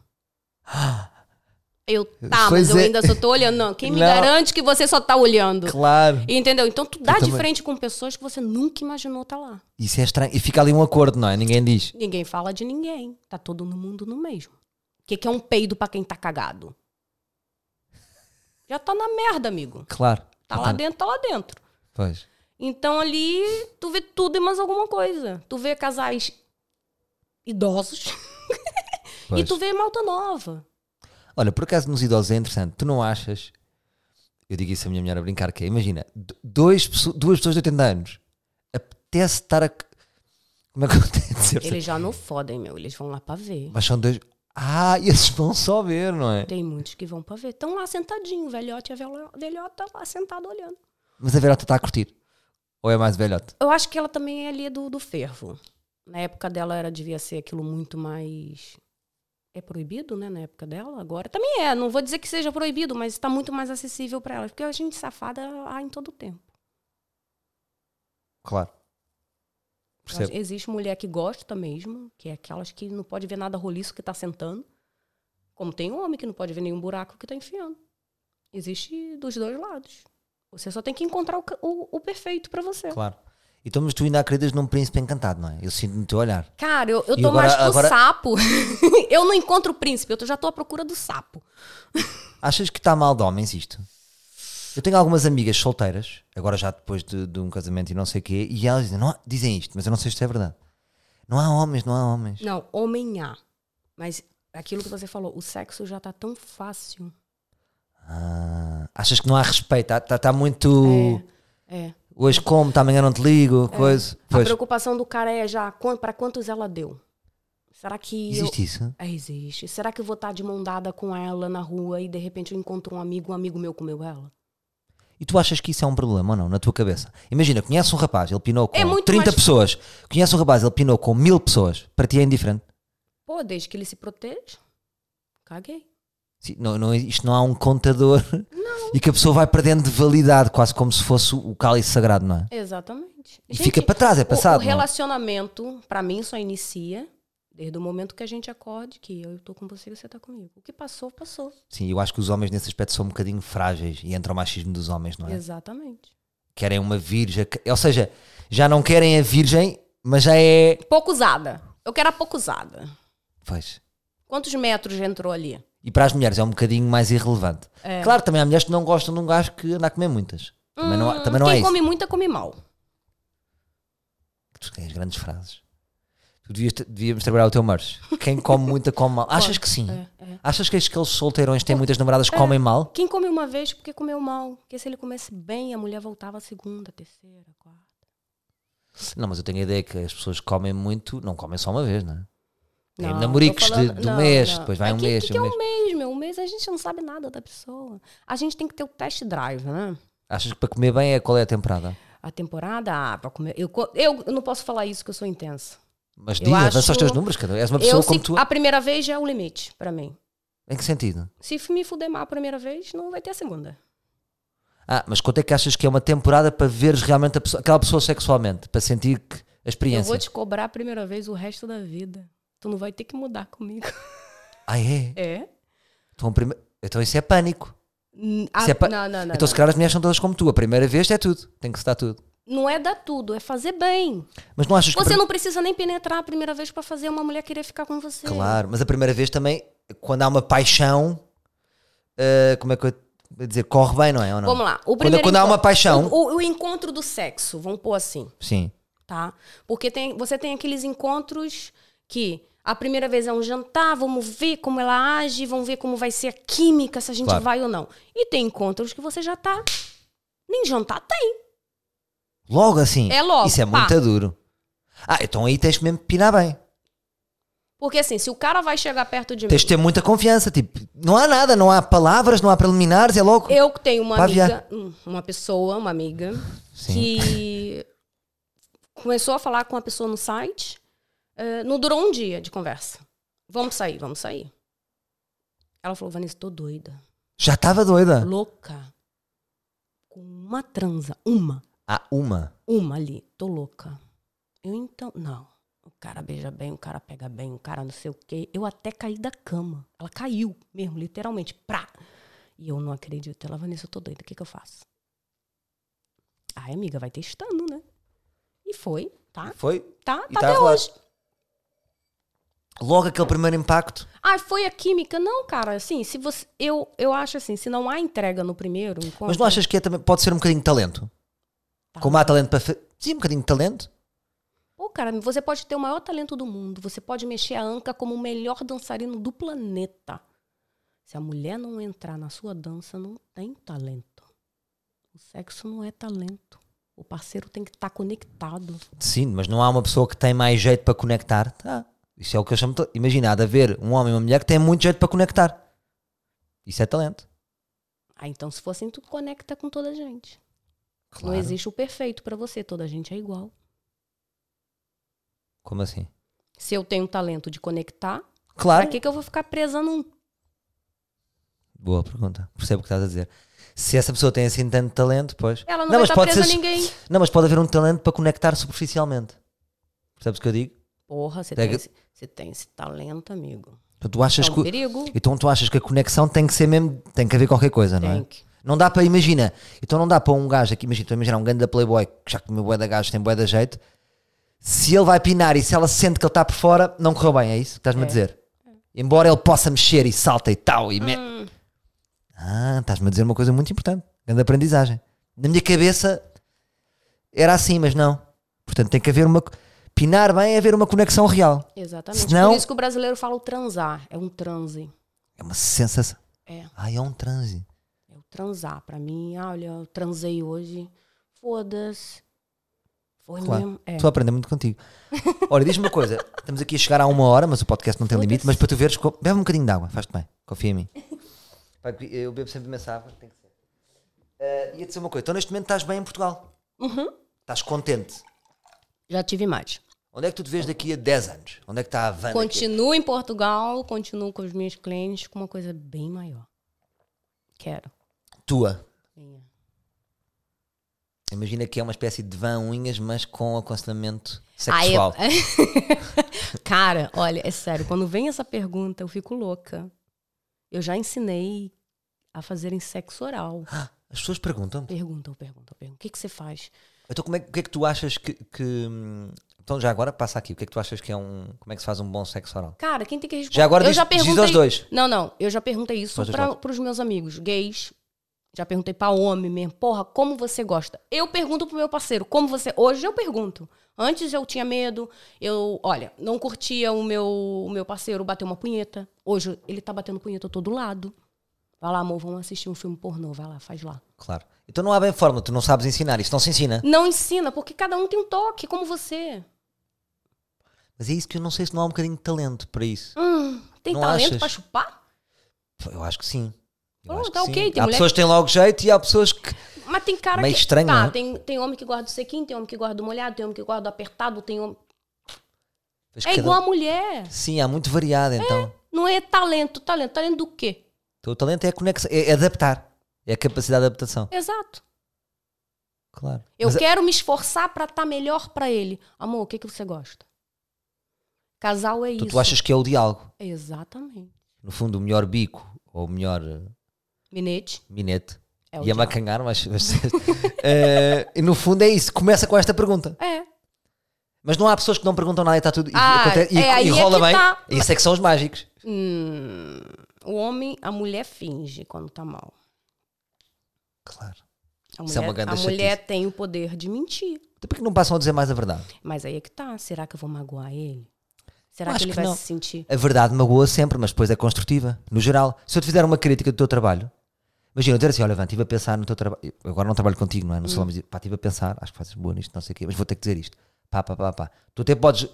Eu tá,
Pois
mas eu
é.
ainda só tô olhando. Não, quem me
Não.
garante que você só tá olhando?
Claro.
Entendeu? Então tu dá de
também.
frente com pessoas que você nunca imaginou tá lá.
Isso é estranho. E fica ali um acordo, não é? Ninguém diz.
Ninguém fala de ninguém. Tá todo mundo no mesmo. O que, que é um peido pra quem tá cagado? Já tá na merda, amigo.
Claro.
Tá lá dentro, tá lá dentro.
Pois.
Então ali tu vê tudo e mais alguma coisa. Tu vê casais idosos
pois.
e tu vê malta nova.
Olha, por acaso nos idosos é interessante. Tu não achas? Eu digo isso à minha mulher a brincar, que é, imagina, d- dois, pesso- duas pessoas de 80 anos. Apetece estar a... Como é que eu tenho de dizer?
Eles já não fodem, meu. Eles vão lá pra ver.
Mas são dois... Ah, e esses vão só ver, não é?
Tem muitos que vão pra ver. Estão lá sentadinho, o velhote e a velo- velhota tá lá sentado olhando.
Mas a velhota está a curtir. Ou é mais velhota?
Eu acho que ela também é ali do, do fervo. Na época dela era devia ser aquilo muito mais. É proibido, né? Na época dela, agora. Também é, não vou dizer que seja proibido, mas está muito mais acessível pra ela. Porque a gente safada há em todo tempo.
Claro.
Eu acho-
Percebo.
Existe mulher que gosta mesmo, que é aquelas que não pode ver nada roliço que tá sentando. Como tem um homem que não pode ver nenhum buraco que tá enfiando. Existe dos dois lados. Você só tem que encontrar o, ca- o- o perfeito pra você.
Claro. Então, mas tu ainda acreditas num príncipe encantado, não é? Eu sinto no teu olhar.
Cara, eu, eu
E
tô
agora-
mais pro
agora-
sapo. eu não encontro o príncipe, eu tô- já tô à procura do sapo.
Achas que está mal de homens isto? Eu tenho algumas amigas solteiras, agora já depois de, de um casamento e não sei o quê, e elas dizem, não há- dizem isto, mas eu não sei se isto é verdade. Não há homens, não há homens.
Não, homem há. Mas aquilo que você falou, o sexo já tá tão fácil.
Ah, achas que não há respeito? Está tá, tá muito.
É.
Hoje como, tá, amanhã não te ligo, coisa.
A
Pois.
preocupação do cara é já quan- pra quantos ela deu. Será que eu-
Existe isso?
É, existe. Será que eu vou estar de mão dada com ela na rua e de repente eu encontro um amigo, um amigo meu comeu ela?
E tu achas que isso é um problema ou não, na tua cabeça? Imagina, conhece um rapaz, ele pinou com
É muito
30
mais-
pessoas. Conhece um rapaz, ele pinou com mil pessoas. Para ti é indiferente.
Pô, desde que ele se proteja, caguei.
Sim, não, não- isto não há um contador e que a pessoa vai perdendo de validade, quase como se fosse o cálice sagrado, não é?
Exatamente.
E fica para trás, é
O,
passado.
o
não é?
relacionamento, pra mim, só inicia desde o momento que a gente acorde que eu tô com você e você tá comigo. O que passou, passou.
Sim, eu acho que os homens nesse aspecto são um bocadinho frágeis e entra o machismo dos homens, não é?
Exatamente.
Querem uma virgem, que- ou seja, já não querem a virgem, mas já é.
Pouco usada. Eu quero a pouco usada.
Pois.
Quantos metros já entrou ali?
E para as mulheres é um bocadinho mais irrelevante.
É.
Claro, também há mulheres que não gostam de um gajo que anda a comer muitas. Também não, há- também não
Hum, Quem
é isso.
come muita, come mal.
Tu tens grandes frases. Tu devias, te- devíamos trabalhar o teu merch. Quem come muita come mal. Achas que
É,
sim? Achas que aqueles solteirões que têm muitas namoradas comem mal?
Quem come uma vez porque comeu mal. Porque se ele comesse bem, a mulher voltava a segunda, terceira, quarta.
Não, mas eu tenho a ideia que as pessoas que comem muito, não comem só uma vez, não é? Tem
Não,
namoricos
tô falando-
de, de um
não,
mês,
não.
depois vai
É
um
que-
mês,
que
um
que
mês.
é um mês, meu. Um mês a gente não sabe nada da pessoa. A gente tem que ter o test drive, né?
Achas que para comer bem é qual é a temporada?
A temporada, ah, pra comer. Eu, co- eu, eu não posso falar isso que eu sou intensa.
Mas
Eu
diz, avança os
acho-
teus números, cara. És uma pessoa
eu,
como
se-
tu.
A primeira vez já é o limite pra mim.
Em que sentido?
Se me fuder mal a primeira vez, não vai ter a segunda.
Ah, mas quanto é que achas que é uma temporada para veres realmente a pessoa- aquela pessoa sexualmente? Para sentir que a
Eu
experiência.
vou te cobrar a primeira vez o resto da vida. Tu não vai ter que mudar comigo.
Ah, é?
É?
Então, prime... então isso é pânico.
Hum, a-
Se é pa-
Não, não, não.
então,
não.
se calhar as mulheres são todas como tu. A primeira vez é tudo. Tem que se dar tudo.
Não é dar tudo, é fazer bem.
Mas não achas que. a
Você
prim-
não precisa nem penetrar a primeira vez pra fazer uma mulher querer ficar com você.
Claro, mas a primeira vez também, quando há uma paixão, ah, como é que eu ia dizer? Corre bem, não é? Ou não?
Vamos lá. O
Quando-
primeiro
quando há uma
encontro-
paixão.
O, o- o encontro do sexo, vamos pôr assim,
Sim.
tá? Porque tem, você tem aqueles encontros que a primeira vez é um jantar, vamos ver como ela age, vamos ver como vai ser a química, se a gente
Claro.
vai ou não. E tem encontros que você já tá. Nem jantar tem.
Logo assim.
É logo,
Isso é
pá.
muito duro. Ah, então aí tens que mesmo pinar bem.
Porque assim, se o cara vai chegar perto de mim.
Tens de ter muita confiança. Tipo, não há nada, não há palavras, não há preliminares, é logo.
Eu que tenho uma
Pra
amiga, hum, uma pessoa, uma amiga,
Sim.
que começou a falar com uma pessoa no site, eh, não durou um dia de conversa. Vamos sair, vamos sair. Ela falou, Vanessa, tô doida,
Já estava doida.
louca. Com uma transa, uma,
Há uma.
uma ali, tô louca. Eu então, não. O cara beija bem, o cara pega bem, o cara não sei o quê. Eu até caí da cama. Ela caiu mesmo, literalmente, prá. E eu não acredito. Ela, Vanessa, eu tô doida, o que que eu faço? Ai, amiga, vai testando, né? E foi, tá?
Foi?
Tá,
E tá
tá até
rolando.
hoje.
Logo aquele primeiro impacto.
Ai, foi a química? Não, cara, assim, se você. Eu, eu acho assim, se não há entrega no primeiro encontro.
Mas não achas que é também, pode ser um bocadinho de talento? Como há talento para. fa- Sim, um bocadinho de talento.
Pô, cara, você pode ter o maior talento do mundo, você pode mexer a anca como o melhor dançarino do planeta. Se a mulher não entrar na sua dança, não tem talento. O sexo não é talento. O parceiro tem que estar conectado.
Sim, mas não há uma pessoa que tem mais jeito para conectar. Tá. Isso é o que eu chamo. de- Imagina, há de haver um homem e uma mulher que têm muito jeito para conectar. Isso é talento.
Ah, então se for assim, tu conecta com toda a gente.
Claro.
Não existe o perfeito pra você, toda a gente é igual.
Como assim?
Se eu tenho talento de conectar, pra
Claro.
que, que eu vou ficar presa num
Boa pergunta. Percebo o que estás a dizer. Se essa pessoa tem assim tanto talento, pois.
Ela não, vai estar presa a ninguém.
Não, mas pode haver um talento para conectar superficialmente. Percebes o que eu digo?
Porra, você
Pega-
tem, esse, você tem esse talento, amigo.
Então tu, achas
É um
que,
perigo.
então tu achas que a conexão tem que ser mesmo. Tem que haver qualquer coisa, não
Tem
é?
que.
Não dá para. Imagina. Então não dá para um gajo aqui. Imagina, estou a imaginar um grande da Playboy que já comeu boé da gajo, tem boé da jeito. Se ele vai pinar e se ela sente que ele está por fora, não correu bem, é isso que estás-me a dizer? Embora ele possa mexer e salta e tal. E me-
Hum.
Ah, estás-me a dizer uma coisa muito importante. Grande aprendizagem. Na minha cabeça era assim, mas não. Portanto, tem que haver uma. co- Pinar bem é haver uma conexão real.
Exatamente.
Senão-
Por isso que o brasileiro fala o transar. É um transe.
É uma sensação.
É.
Ai, é um transe.
É o transar. Pra mim, ah, olha, eu transei hoje. Foda-se. Foi
Claro.
mesmo. É.
Estou a aprender muito contigo. Ora, diz-me uma coisa. Estamos aqui a chegar a uma hora, mas o podcast não tem limite. Mas para tu veres, co- bebe um bocadinho de água. Faz-te bem. Confia em mim. Pá, que Eu bebo sempre imensa água. Tem que ser. Ah, ia dizer uma coisa. Então, neste momento, estás bem em Portugal.
Uhum.
Estás contente.
Já tive mais.
Onde é que tu te vês daqui a 10 anos? Onde é que está a Havana?
Continuo em Portugal, continuo com os meus clientes, com uma coisa bem maior. Quero.
é Tua.
Minha.
Imagina que é uma espécie de van unhas, mas com aconselhamento
Aí Ah, eu-
sexual.
Cara, olha, é sério, quando vem essa pergunta, eu fico louca. Eu já ensinei a fazerem sexo oral.
As pessoas perguntam-te.
Perguntam, perguntam, perguntam. O que, que você faz?
Então, como é, que- o que é que tu achas que, que- Então, já agora, passa aqui. O que é que tu achas que é um... Como é que se faz um bom sexo oral?
Cara, quem tem que responder?
Já agora
eu
diz-
já
diz
perguntei...
aos dois.
Não, não. Eu já perguntei isso
Aos dois
pra,
lados.
pros meus amigos gays. Já perguntei pra homem mesmo. Porra, como você gosta? Eu pergunto pro meu parceiro, como você... Hoje eu pergunto. Antes eu tinha medo. Eu, olha, não curtia o meu, o meu parceiro bater uma punheta. Hoje ele tá batendo punheta eu tô do lado. Vai lá, amor, vamos assistir um filme pornô. Vai lá, faz lá.
Claro. Então não há bem forma, tu não sabes ensinar, isso não se ensina.
Não ensina, porque cada um tem um toque, como você.
Mas é isso que eu não sei se não há um bocadinho de talento para isso.
Hum, tem
Não
talento
achas?
pra chupar?
Eu acho que sim. Eu
Oh,
acho que
tá
sim.
ok, tem
há
mulher
pessoas que têm logo jeito e há pessoas que.
Mas tem cara
Meio
que.
estranho,
tá,
né?
tem, tem homem que guarda o sequinho, tem homem que guarda o molhado, tem homem que guarda o apertado, tem homem.
Mas
É
cada-
igual a mulher.
Sim, há muito variado então.
Não é talento. Talento. Talento do quê?
Então, o talento é a conexão, é adaptar. É a capacidade de adaptação.
Exato.
Claro.
Eu
Mas é- a-
quero me esforçar pra estar melhor pra ele. Amor, o que, que você gosta? Casal é
tu,
isso.
tu achas que é o diálogo.
Exatamente.
No fundo, o melhor bico ou o melhor eh,
Minete.
minete
É
e
o
a
diabo.
macanhar, mas. mas- Eh, e no fundo é isso. Começa com esta pergunta.
É.
Mas não há pessoas que não perguntam nada e está tudo. e
Ah,
acontece- e,
é, aí
e
é
rola
que
bem.
tá.
Isso é que são os mágicos.
Hum, o homem, a mulher finge quando tá mal.
Claro.
A
Isso é uma
mulher,
grande
a mulher tem o poder de mentir.
Então por que não passam a dizer mais a verdade?
Mas aí é que tá. Será que eu vou magoar ele?
Eu
Será
acho
que ele
que
vai
não.
se sentir?
A verdade magoa sempre, mas depois é construtiva, no geral. Se eu te fizer uma crítica do teu trabalho, imagina, eu dizer assim, olha, Van, estive a pensar no teu trabalho, eu agora não trabalho contigo, não é? No
Hum.
salão, mas pá, estive a pensar, acho que fazes boa nisto, não sei o quê, mas vou ter que dizer isto. Pá, pá, pá, pá. Tu até podes,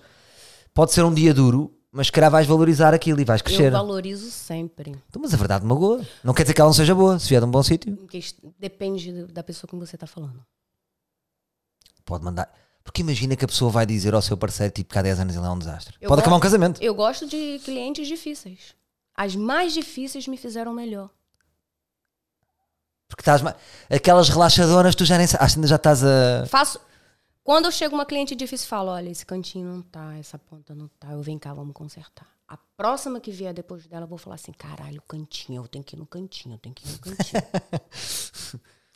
pode ser um dia duro, mas se calhar vais valorizar aquilo e vais crescer.
Eu valorizo sempre.
Então, mas a verdade magoa. Não quer dizer que ela não seja boa, se vier de um bom sítio.
Em quest- Depende do- da pessoa com que você tá falando.
Pode mandar. Porque imagina que a pessoa vai dizer ao seu parceiro, tipo, que há 10 anos ele é um desastre.
Eu
pode acabar
gosto-
um casamento.
Eu gosto de clientes difíceis. As mais difíceis me fizeram melhor.
Porque estás. ma- Aquelas relaxadoras, tu já nem sabes, ainda já estás a.
Faço. Quando eu chego uma cliente difícil, falo: olha, esse cantinho não tá, essa ponta não tá, eu venho cá, vamos consertar. A próxima que vier depois dela, eu vou falar assim: caralho, cantinho, eu tenho que ir no cantinho, eu tenho que ir no cantinho.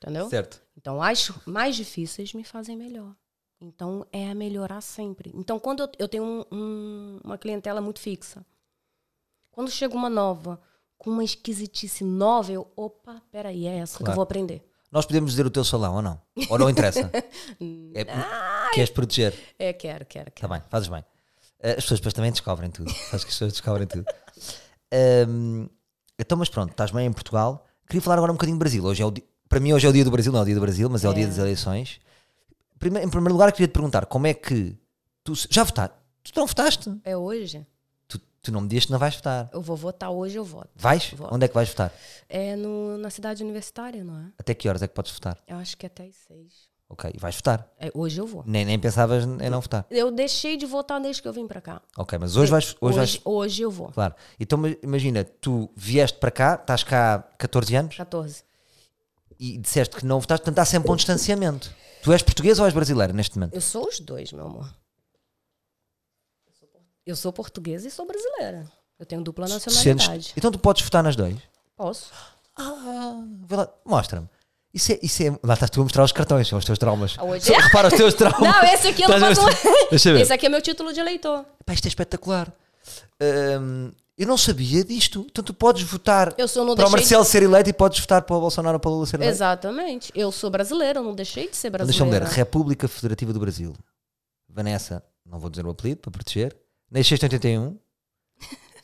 Entendeu?
Certo.
Então, as mais difíceis me fazem melhor. Então, é a melhorar sempre. Então, quando eu, eu tenho um- um- uma clientela muito fixa, quando chega uma nova, com uma esquisitice nova, eu, opa, peraí, é essa que
Claro.
eu vou aprender.
Nós podemos dizer o teu salão ou não? Ou não interessa? é, queres proteger?
É, quero, quero,
Está
quero.
Tá bem, fazes bem. Eh, As pessoas depois também descobrem tudo. Acho que as pessoas descobrem tudo. Ahm, então, mas pronto, estás bem em Portugal. Queria falar agora um bocadinho do Brasil. Hoje é o di- Para mim, hoje é o dia do Brasil, não é o dia do Brasil, mas é, o dia das eleições. Prime- em primeiro lugar, queria te perguntar como é que tu se- já votaste? Tu não votaste?
É hoje?
Tu, tu não me dizes que não vais votar.
Eu vou votar hoje, eu voto.
Vais?
Vou.
Onde é que vais votar?
É no, na cidade universitária, não é?
Até que horas é que podes votar?
Eu acho que é até às seis.
Ok, e vais votar.
É, hoje eu vou.
Nem, nem pensavas em não votar.
Eu deixei de votar desde que eu vim pra cá.
Ok, mas hoje vais, hoje vais
hoje, hoje eu vou.
Claro. Então ma- imagina, tu vieste para cá, estás cá há 14 anos
14.
e disseste que não votaste, portanto há sempre um distanciamento. Tu és português ou és brasileiro neste momento?
Eu sou os dois, meu amor. Eu sou portuguesa e sou brasileira. Eu tenho dupla nacionalidade.
Sentes- Então tu podes votar nas duas?
Posso?
Ah, vê lá, mostra-me. Isso é, isso é. Lá estás tu a mostrar os cartões, são os teus traumas.
Ah, hoje-
Só Repara os teus traumas.
Não, esse aqui eu não
Estás a
posso.
ver? Deixa eu ver.
Esse aqui é meu título de eleitor.
Pá, isto é espetacular. Hum, eu não sabia disto. Então tu podes votar
Eu sou, não
para o
deixei de-
Marcelo ser eleito e podes votar para o Bolsonaro ou para o Lula ser eleito.
Exatamente. Eu sou brasileira, né? eu não deixei de ser
Então, Deixa-me ler.
brasileira.
República Federativa do Brasil. Vanessa, não vou dizer o apelido para proteger. Nasceste em 81.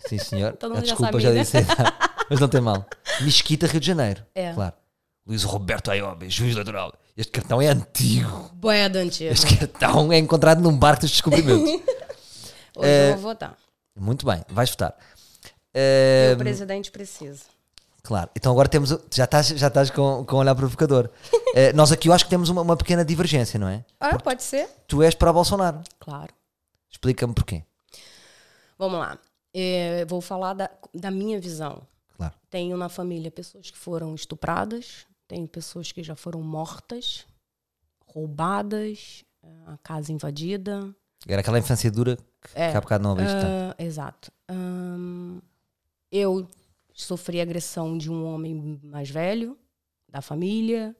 Sim, senhor.
Todo
Ah,
mundo já
desculpa,
sabe,
já
né?
disse. a idade. Mas não tem mal. Mesquita, Rio de Janeiro.
É.
Claro. Luiz Roberto Aiobe, juiz eleitoral. Este cartão é antigo.
Boia da antiga.
Este cartão é encontrado num barco dos descobrimentos.
Hoje eu vou votar.
Muito bem, vais votar. Eh,
o presidente precisa.
Claro, então agora temos. o- Já estás, já estás com, com um olhar provocador. Eh, nós aqui eu acho que temos uma, uma pequena divergência, não é?
Ah, pode ser?
Tu és para Bolsonaro.
Claro.
Explica-me porquê.
Vamos lá. Eh, vou falar da, da minha visão.
Claro.
Tenho na família pessoas que foram estupradas, tenho pessoas que já foram mortas, roubadas, eh, a casa invadida.
Era aquela infância dura que,
É.
que há bocado não ouviste tanto.
Ah, exato. Ahn, eu sofri agressão de um homem mais velho, da família.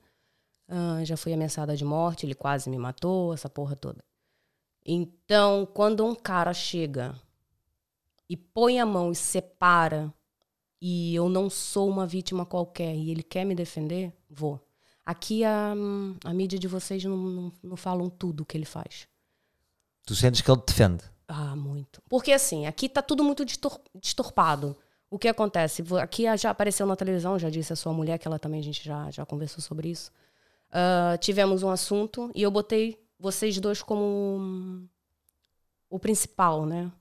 Ah, já fui ameaçada de morte, ele quase me matou, essa porra toda. Então, quando um cara chega e põe a mão e separa, e eu não sou uma vítima qualquer e ele quer me defender, vou. Aqui a, hum, a mídia de vocês não, não, não falam tudo o que ele faz.
Tu sentes que ele te defende.
Ah, muito. Porque assim, aqui tá tudo muito distor- distorpado. O que acontece? Vo- Aqui já apareceu na televisão, já disse a sua mulher, que ela também, a gente já, já conversou sobre isso. Ah, tivemos um assunto e eu botei vocês dois como hum, o principal, né?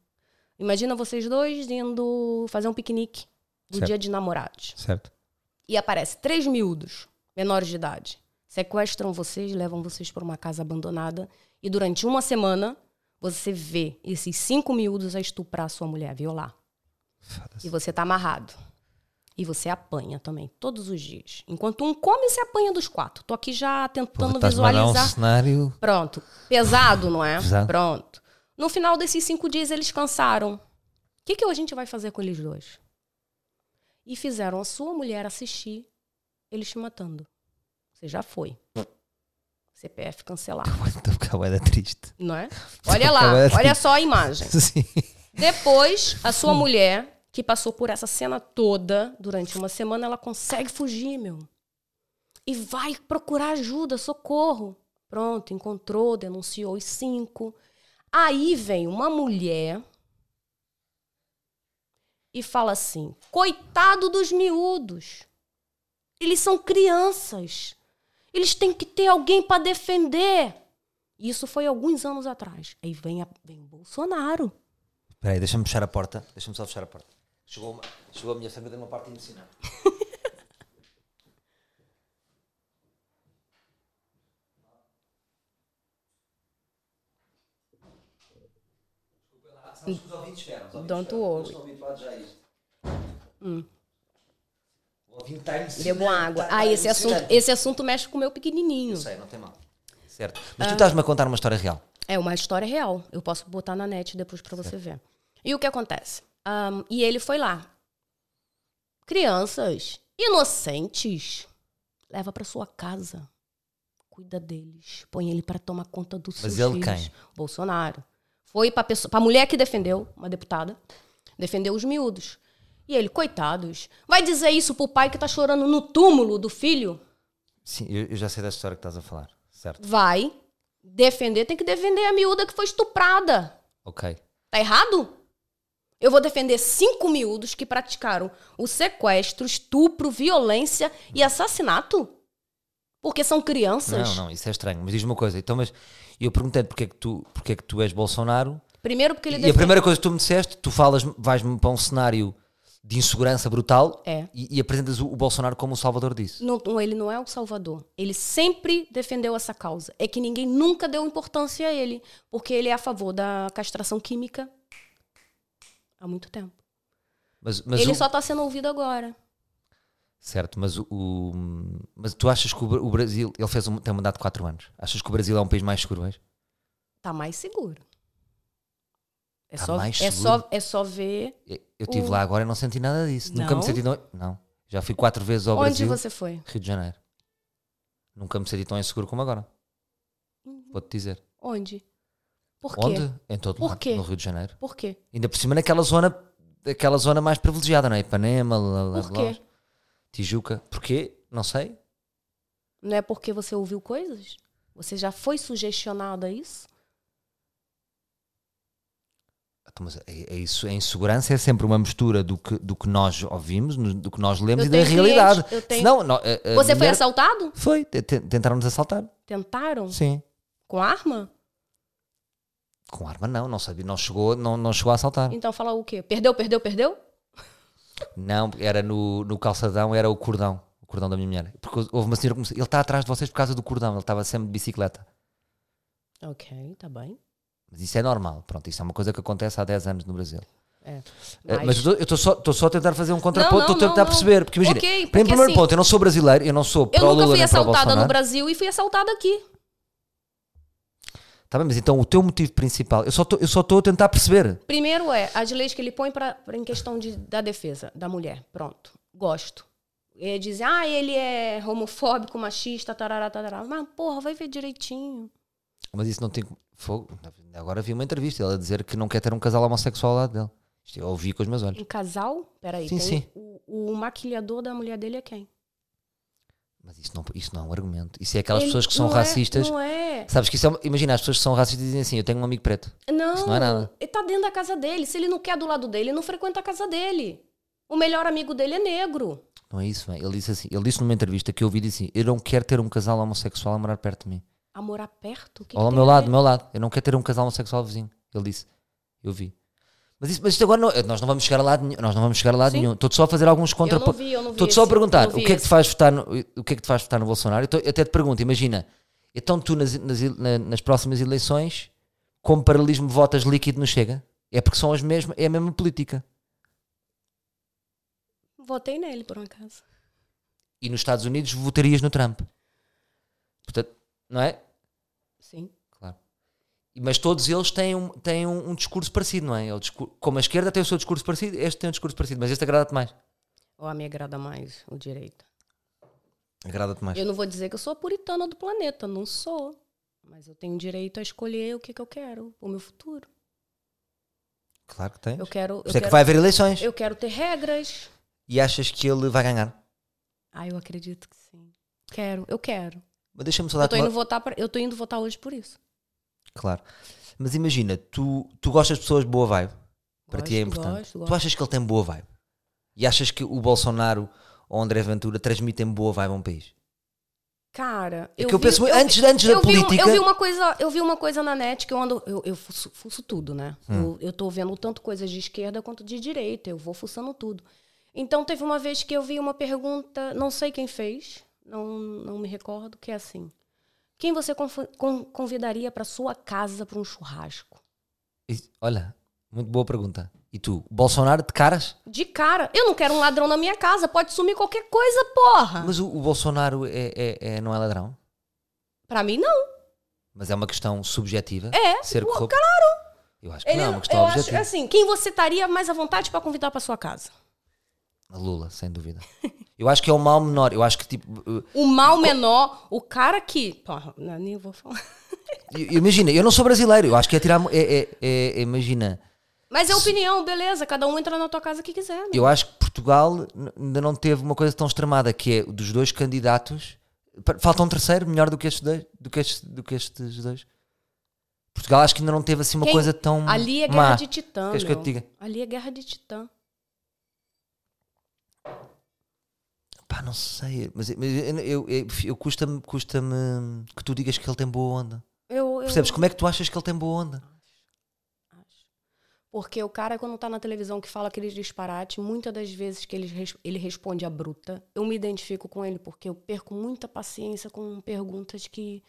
Imagina vocês dois indo fazer um piquenique no
Certo.
dia de namorados.
Certo.
E aparece três miúdos, menores de idade. Sequestram vocês, levam vocês para uma casa abandonada. E durante uma semana, você vê esses cinco miúdos a estuprar a sua mulher, a violar. E você tá amarrado. E você apanha também, todos os dias. Enquanto um come, você apanha dos quatro. Tô aqui já tentando
um
visualizar.
cenário.
Pronto. Pesado, não é?
Pesado.
Pronto. No final desses cinco dias, eles cansaram. O que, que a gente vai fazer com eles dois? E fizeram a sua mulher assistir eles te matando. Você já foi. CPF cancelado,
Estou a ficar bué da triste.
não é? Olha lá, olha só a imagem.
Sim.
Depois, a sua mulher, que passou por essa cena toda durante uma semana, ela consegue fugir, meu. E vai procurar ajuda, socorro. Pronto, encontrou, denunciou os cinco. Aí vem uma mulher e fala assim: coitado dos miúdos. Eles são crianças. Eles têm que ter alguém para defender. Isso foi alguns anos atrás. Aí vem, a- vem o Bolsonaro.
Espera aí, deixa-me fechar a porta. Deixa-me só fechar a porta. Chegou, uma- chegou a minha família numa parte emocionante. Sabes que os ouvintes vieram, os ouvintes
Don't
vieram,
worry.
eles estão habituados já a isto. O ouvinte tá está emocionante,
Bebo água.
está- está
Ah, esse assunto,
emocionante.
esse assunto mexe com o meu pequenininho.
Eu sei, não tem mal. Certo. Mas
Ah.
tu estás-me a contar uma história real.
É uma história real. Eu posso botar na net depois pra você ver. E o que acontece? Ahn, e ele foi lá. Crianças inocentes, leva pra sua casa. Cuida deles. Põe ele pra tomar conta dos
Mas
seus
ele é
filhos.
quem?
Bolsonaro. Foi pra, pessoa, pra mulher que defendeu, uma deputada, defendeu os miúdos. E ele, coitados, vai dizer isso pro pai que tá chorando no túmulo do filho?
Sim, eu, eu já sei dessa história que estás a falar. Certo.
vai defender, tem que defender a miúda que foi estuprada.
Ok.
Tá errado? Eu vou defender cinco miúdos que praticaram o sequestro, estupro, violência e assassinato? Porque são crianças?
Não, não, isso é estranho. Mas diz-me uma coisa, então, mas eu perguntei-te porque é que tu, porque é que tu és Bolsonaro
Primeiro porque ele
e a
defende...
primeira coisa que tu me disseste, tu falas, vais-me para um cenário de insegurança brutal
É.
e, e apresentas o, o Bolsonaro como o salvador disso.
Não, não, ele não é o salvador. Ele sempre defendeu essa causa. É que ninguém nunca deu importância a ele, porque ele é a favor da castração química há muito tempo.
Mas, mas
ele
o-
só tá sendo ouvido agora.
Certo, mas, o, o- mas tu achas que o, Bra- o Brasil, ele fez um, tem um mandato de 4 anos, achas que o Brasil é um país mais seguro hoje?
tá mais seguro. É,
Tá
só,
mais
é,
seguro?
só, é só ver
Eu estive
O-
lá agora e não senti nada disso. Nunca me
Não?
senti tão... Não, já fui quatro vezes ao
onde
Brasil,
você foi.
Rio de Janeiro. Nunca me senti tão inseguro como agora.
Uhum.
Vou-te dizer.
Onde? Por quê?
Onde? Em todo
Por
lado,
quê?
no Rio de Janeiro.
Por quê?
Ainda por cima naquela zona, aquela zona mais privilegiada, não é? Ipanema, lá, lá,
Por quê?
lá, Tijuca. Porquê? Não sei.
Não é porque você ouviu coisas? Você já foi sugestionado a isso?
Então, mas é, é isso, a insegurança é sempre uma mistura do que, do que nós ouvimos, no- do que nós lemos e
Eu
da
tenho clientes,
realidade.
eu tenho-
Senão, é, nó- a- a
Você foi
mulher-
assaltado?
Foi, te- te- tentaram-nos assaltar.
Tentaram?
Sim.
Com arma?
Com arma não, não sabia, não chegou, não, não chegou a assaltar.
Então fala o quê? Perdeu, perdeu, perdeu?
Não, era no, no calçadão, era o cordão, o cordão da minha mulher. Porque houve uma senhora que me disse, ele está atrás de vocês por causa do cordão, ele estava sempre de bicicleta.
Ok, tá bem.
Mas isso é normal, pronto, isso é uma coisa que acontece há 10 anos no Brasil.
É.
Eh,
Mas-
Mas eu tô- eu estou só, tô só a tentar fazer um contraponto,
não,
estou a tentar
não.
perceber. Porque imagina,
Ok,
em
porque
primeiro
assim-
ponto, eu não sou brasileiro, eu não sou
eu
pró-Lula
nunca fui
nem
assaltada no
pró-Bolsonaro.
Brasil e fui assaltada aqui.
Tá bem, mas então o teu motivo principal, eu só tô- eu só estou a tentar perceber.
Primeiro é as leis que ele põe pra, pra- em questão de, da defesa da mulher. Pronto. Gosto. E dizem, ah, ele é homofóbico, machista, tarará, tarará. Mas, porra, vai ver direitinho.
Mas isso não tem. Fogo. Agora vi uma entrevista, ele a dizer que não quer ter um casal homossexual ao lado dele. Isto eu ouvi com os meus olhos.
Um casal? Peraí.
Sim,
tem
sim.
O, o maquilhador da mulher dele é quem?
Mas isso não, isso não é um argumento. Isso é aquelas
Ele-
pessoas que são
não é-
racistas.
não é.
Sabes que isso é. uma- Imagina, as pessoas que são racistas dizem assim: eu tenho um amigo preto.
Não.
Isso não é nada.
Ele tá dentro da casa dele. Se ele não quer do lado dele, ele não frequenta a casa dele. O melhor amigo dele é negro.
Não é isso, velho. Ele disse assim, ele disse numa entrevista que eu ouvi disse assim: eu não quero ter um casal homossexual a morar perto de mim.
A morar perto? O que
Ou
que
ao
tem
meu
a
lado,
ver?
ao meu lado. Eu não quero ter um casal homossexual vizinho. Ele disse. Eu vi. Mas, isso, mas isto agora não, eh, nós não vamos chegar a lado nenhum. Nós não vamos chegar a lado
Sim.
nenhum. Estou só a fazer alguns
Eu não
contrapontos.
vi, eu não vi.
Estou-te só a
esse, eu
perguntar
não
o
vi
que, é que
esse.
te faz votar no, o que é que te faz votar no Bolsonaro? Eu, tô- eu até te pergunto, imagina, então tu nas, nas ele- na- nas próximas eleições, como paralelismo votas líquido não chega? É porque são as mesmas, é a mesma política.
Votei nele, por um acaso.
E nos Estados Unidos votarias no Trump. Portanto, não é?
Sim.
Claro. Mas todos eles têm um, têm um, um discurso parecido, não é? É o discur- como a esquerda tem o seu discurso parecido, este tem um discurso parecido, mas este agrada-te mais.
Ou a me agrada mais o direito?
Agrada-te mais.
Eu não vou dizer que eu sou a puritana do planeta, não sou. Mas eu tenho direito a escolher o que, que eu quero, o meu futuro.
Claro que tens.
Eu quero, eu
Por isso é
quero,
que vai haver eleições.
eu quero ter regras.
E achas que ele vai ganhar?
Ah, eu acredito que sim. Quero, eu quero.
Mas deixa-me só
Eu
dar-te
tô
uma...
indo votar, pra- eu tô indo votar hoje por isso.
Claro. Mas imagina, tu, tu gostas de pessoas de boa vibe. Para ti é
Gosto,
importante.
gosto,
Tu
gosto.
achas que ele tem boa vibe? E achas que o Bolsonaro ou o André Ventura transmitem boa vibe a um país?
Cara,
É
eu,
que eu
vi-
penso muito-
vi-
antes- antes da
eu vi um-
política-
eu vi uma coisa, eu vi uma coisa na net que eu ando, eu, eu fuço, fuço tudo, né?
Hum.
Eu, eu tô vendo tanto coisas de esquerda quanto de direita, eu vou fuçando tudo. Então teve uma vez que eu vi uma pergunta, não sei quem fez, não, não me recordo, que é assim: quem você confu- con- convidaria para sua casa para um churrasco?
Isso- Olha, muito boa pergunta. E tu, Bolsonaro de caras?
De cara, eu não quero um ladrão na minha casa, pode sumir qualquer coisa, porra.
Mas o, o Bolsonaro é, é- é- não é ladrão?
Pra mim não.
Mas é uma questão subjetiva?
É,
Ser
pô,
corrupto? Eu acho que
Ele-
não, é uma
eu
questão
acho
objetiva.
assim, quem você estaria mais à vontade para convidar para sua casa?
Lula, sem dúvida. Eu acho que é o mal menor. Eu acho que tipo. eu-
O mal menor, o cara que. Porra, não, nem vou falar.
eu- imagina, eu não sou brasileiro. Eu acho que é tirar. é- é- é- é- imagina.
Mas é opinião, beleza. Cada um entra na tua casa que quiser. né?
Eu acho que Portugal n- ainda não teve uma coisa tão extremada que é dos dois candidatos. pa- Falta um terceiro melhor do que estes dois. Do que estes, do que estes dois. Portugal acho que ainda não teve assim uma
Quem-
coisa tão.
Ali é guerra
má.
de titã.
Hum. Queres que eu
meu.
te diga?
Ali é guerra de titã.
Pá, não sei. Mas, é, mas eu, eu, eu, eu custa-me custa que tu digas que ele tem boa onda.
Eu, eu
Percebes? Como é que tu achas que ele tem boa onda?
acho. Porque o cara, quando tá na televisão que fala aqueles disparate, muitas das vezes que ele, res- ele responde a bruta, eu me identifico com ele, porque eu perco muita paciência com perguntas que,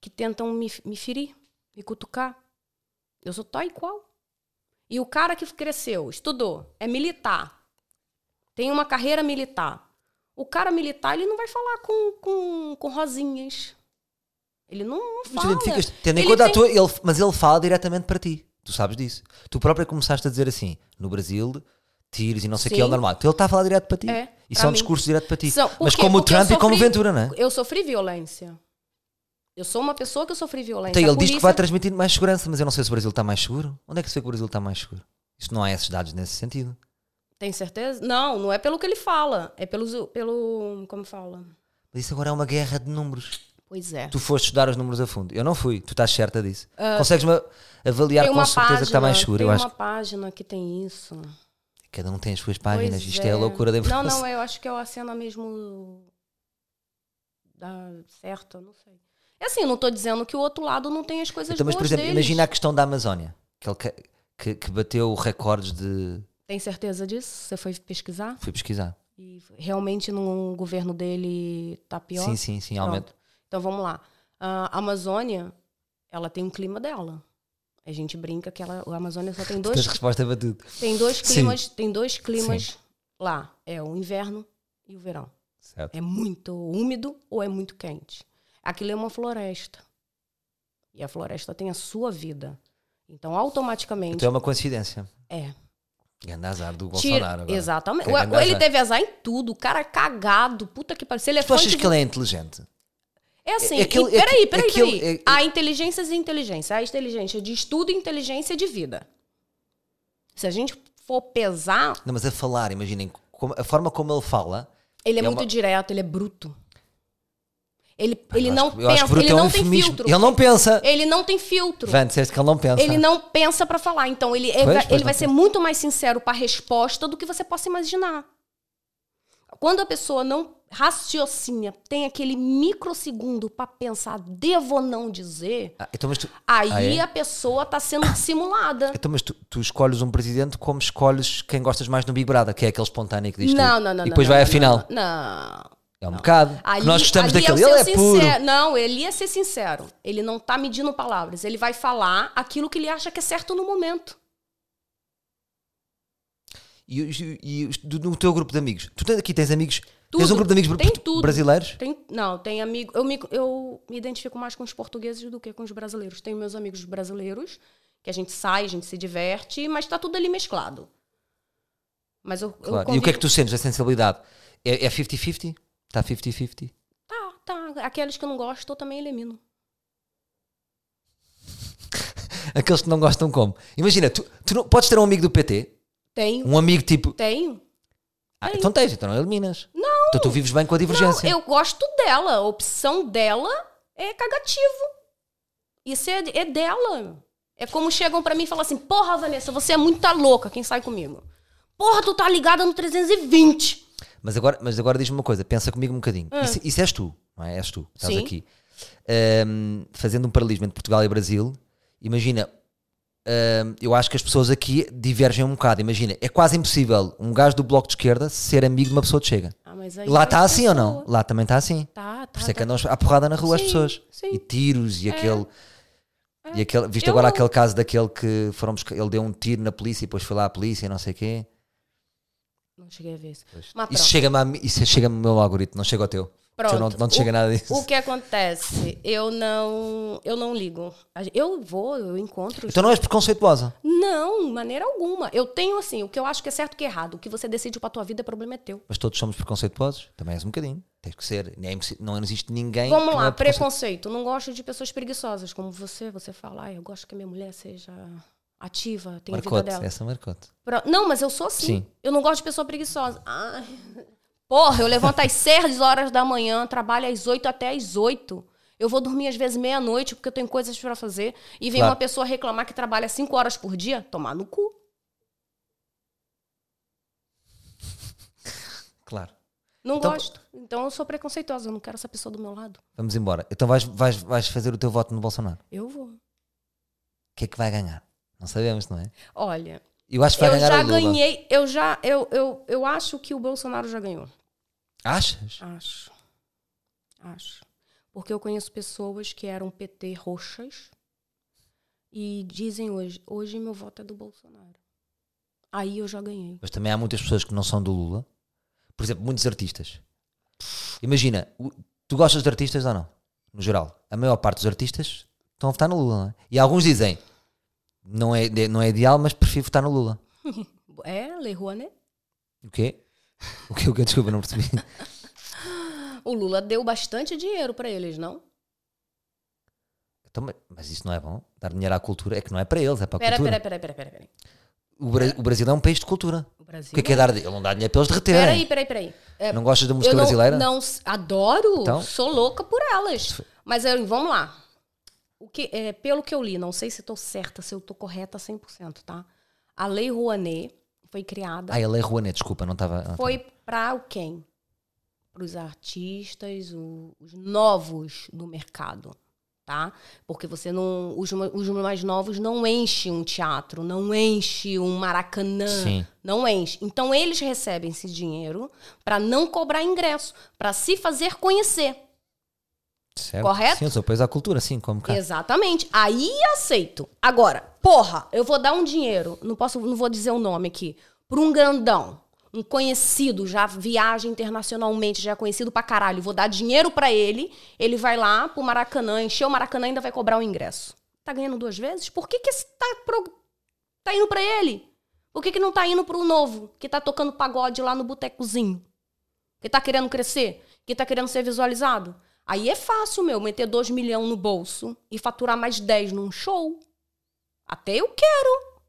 que tentam me, me ferir, me cutucar. Eu sou tal e qual. E o cara que cresceu, estudou, é militar, tem uma carreira militar. O cara militar, ele não vai falar com, com, com rosinhas. Ele não, não
Mas tu
fala.
identificas, tendo em
Ele
conta a
tem-
tua, ele, mas ele fala diretamente para ti. Tu sabes disso. Tu própria começaste a dizer assim: no Brasil, tiros e não sei o que é o
Sim.
normal. Então ele está a falar direto para ti.
É,
e
para
são
mim.
discursos direto para ti.
São-
mas
porque-
como o
porque eu
Trump e como o
sofri-
Ventura, não é?
Eu sofri violência. Eu sou uma pessoa que eu sofri violência.
Então ele
A
diz que vai transmitir mais segurança, mas eu não sei se o Brasil está mais seguro. Onde é que se vê que o Brasil está mais seguro? Isso não há esses dados nesse sentido.
Tem certeza? Não, não é pelo que ele fala. É pelos, pelo. Como fala?
Mas isso agora é uma guerra de números.
Pois é.
Tu foste estudar os números a fundo. Eu não fui, tu estás certa disso.
Ah,
Consegues-me avaliar com certeza que está mais seguro?
tem
Eu acho
uma página que tem isso.
que cada um tem as suas páginas.
Pois
Isto é. a loucura da
Não,
informação.
não, eu acho que é a cena mesmo. Dá certo, eu não sei. É assim, eu não tô dizendo que o outro lado não tem as coisas
Então, mas,
boas
por exemplo,
deles.
imagina a questão da Amazónia, que, ele que, que- que bateu recordes de.
Tem certeza disso? Você foi pesquisar?
Fui pesquisar.
E realmente no governo dele tá pior?
Sim, sim, sim, aumento.
Pronto. Então vamos lá. A Amazônia, ela tem um clima dela. A gente brinca que ela, a Amazônia só tem
Tens
dois,
resposta para tudo.
tem dois
Sim.
climas, tem dois climas lá. É o inverno e o verão.
Certo.
É muito úmido ou é muito quente. Aquilo é uma floresta. E a floresta tem a sua vida. Então automaticamente
Então é uma coincidência.
é.
Grande azar do
Tira-
Bolsonaro. Agora.
Exatamente.
Tem grande
Ué, ele
azar.
teve azar em tudo. O cara é cagado. Puta que pariu. Se ele é
Tu achas
fã de
que ele é inteligente?
É assim,
É aquilo-
e- peraí,
é-
peraí,
aquilo-
peraí.
é-
Há inteligências e inteligência. Há inteligência de estudo e inteligência de vida. Se a gente for pesar,
Não, mas a falar, imaginem, como- a forma como ele fala.
ele
É
é, muito
uma- Ah,
direto, ele é bruto. Ele, ele
eu
não
acho que- eu acho
pensa,
que bruto
ele
é um
não tem
eufemismo.
filtro.
Ele não pensa.
Ele não tem filtro.
Van, disseste que ele não pensa.
Ele não pensa pra falar. Então, ele, ele
Pois,
vai-
pois,
ele vai
não
ser muito mais sincero pra resposta do que você possa imaginar. Quando a pessoa não raciocina, tem aquele microsegundo pra pensar, devo ou não dizer,
Ah, então, mas tu,
aí
Ah, é?
a pessoa tá sendo dissimulada.
então, mas tu, tu escolhes um presidente como escolhes quem gostas mais no Big Brother, que é aquele espontâneo que diz
Não,
tudo.
não, não.
né? E depois
não,
vai à
não,
final.
Não. não.
É um bocado.
Ali,
Nós gostamos
ali
daquele.
É o
ele
seu
é puro.
sincero. Não, ele ia ser sincero. Ele não tá medindo palavras. Ele vai falar aquilo que ele acha que é certo no momento.
E, os- e os- do- no teu grupo de amigos? Tu tens aqui tens amigos? Tens
Tudo.
um grupo de amigos br-
Tem
portu-
tudo.
brasileiros?
Tem- não, tem amigo. Eu me, eu me identifico mais com os portugueses do que com os brasileiros. Tenho meus amigos brasileiros, que a gente sai, a gente se diverte, mas tá tudo ali mesclado. Mas eu, eu
Claro. E o é
convivo-
que é que tu sentes? A sensibilidade? É é 50-50? Está 50-50?
Tá, aqueles que eu não gosto, eu também elimino.
Aqueles que não gostam como? Imagina, tu, tu não, podes ter um amigo do PT,
Tenho,
um amigo tipo.
tenho.
Ah, então tens, então não eliminas. Não. Então tu vives bem com a
Não,
divergência.
eu gosto dela. A opção dela é cagativo. Isso é, é dela. É como chegam pra mim e falam assim: Porra, Vanessa, você é muita louca. Quem sai comigo? Porra, tu tá ligada no 320.
Mas agora, mas agora diz-me uma coisa, pensa comigo um bocadinho. Isso, isso és tu, não é? És tu, estás
Ah. Sim.
aqui. Ahm, fazendo um paralelismo entre Portugal e Brasil, imagina, ahm, eu acho que as pessoas aqui divergem um bocado. Imagina, é quase impossível um gajo do bloco de esquerda ser amigo de uma pessoa de chega.
Ah, mas aí
Lá
é
está assim ou não?
pessoa.
Lá também está assim.
Tá, tá.
Por isso é que
tá.
andam à porrada na rua as
Sim,
pessoas.
sim. É.
E tiros e aquele. E aquele, viste
Eu
agora
não-
aquele caso daquele que foram buscar, ele deu um tiro na polícia e depois foi lá à polícia e não sei o quê.
Não cheguei a ver isso. Mas
Isso
pronto,
chega-me a mim- isso chega-me ao meu algoritmo, não chega ao teu. O teu Não,
pronto.
não te chega
O-
nada disso.
O que acontece? Eu não, eu não ligo. A gen- Eu vou, eu encontro.
Então não és preconceituosa.
Não, maneira alguma. Eu tenho assim, o que eu acho que é certo e o que é errado. O que você decide pra tua vida, o problema é teu.
Mas todos somos preconceituosos. Também és um bocadinho. Tens que ser. É impossi- não existe ninguém.
Vamos
que não
lá,
é preconceituoso.
preconceito. Não gosto de pessoas preguiçosas como você. Você fala, "Ai, eu gosto que minha mulher seja ativa, tenha a vida
Marcote,
dela.
essa marcote.
Pro- Não, mas eu sou assim.
é? Sim.
Eu não gosto de pessoa preguiçosa. Ai. Porra, eu levanto às 6 horas da manhã, trabalho às 8 até às 8. Eu vou dormir às vezes meia-noite porque eu tenho coisas pra fazer. E vem
Claro.
uma pessoa reclamar que trabalha 5 horas por dia, tomar no cu.
Claro.
Não
Então-
gosto. Então eu sou preconceituosa, eu não quero essa pessoa do meu lado.
Vamos embora. Então vais, vais, vais fazer o teu voto no Bolsonaro. O
Eu vou.
que é que vai ganhar? Não sabemos, não é?
Olha,
Eu acho que vai
eu
ganhar
já
o Lula.
ganhei, eu já, eu, eu, eu acho que o Bolsonaro já ganhou.
Achas?
Acho. Acho. Porque eu conheço pessoas que eram PT roxas e dizem hoje, hoje meu voto é do Bolsonaro. Aí eu já ganhei.
Mas também há muitas pessoas que não são do Lula. Por exemplo, muitos artistas. Imagina, o- tu gostas de artistas ou não? No geral, a maior parte dos artistas estão a votar no Lula. Não é? E alguns dizem, não é, de- não é ideal, mas prefiro votar no Lula.
É, Leroy, né?
O quê? O quê? O quê? Desculpa, não percebi.
O Lula deu bastante dinheiro pra eles, não?
Então, mas- mas isso não é bom? Dar dinheiro à cultura é que não é para eles, é para a
Pera,
cultura.
pera, pera, pera, pera, pera.
O, Bra- o Brasil é um país de cultura.
O Brasil.
O que é que é dar dinheiro? Ele não dá dinheiro para eles derreterem.
Peraí, peraí, peraí. É,
Não gostas da música
eu não,
brasileira?
Não, s- adoro,
Então?
sou louca por elas. Mas eu- vamos lá. O que, é, pelo que eu li, não sei se estou certa, se eu estou correta 100%, tá? A Lei Rouanet foi criada,
Ah, ele é Rouanet, desculpa, não estava. não
foi para o quem? Para os artistas, o- os novos do mercado, tá? Porque você não, os, ma- os mais novos não enchem um teatro, não enche um maracanã,
estava- Sim.
não enche. Então eles recebem esse dinheiro para não cobrar ingresso, para se fazer conhecer.
Certo.
Correto?
Sim, eu sou país à cultura, sim, como cá.
Exatamente. Aí aceito. Agora, porra, eu vou dar um dinheiro, não posso, não vou dizer o nome aqui, para um grandão, um conhecido, já viaja internacionalmente, já é conhecido pra caralho, vou dar dinheiro pra ele, ele vai lá pro Maracanã, encher o Maracanã e ainda vai cobrar o ingresso. Tá ganhando duas vezes? Por que que esse tá pro- tá indo pra ele? Por que que não tá indo pro novo, que tá tocando pagode lá no botecozinho? que tá querendo crescer, que tá querendo ser visualizado. Aí é fácil, meu, meter 2 milhões no bolso e faturar mais 10 num show. Até eu quero.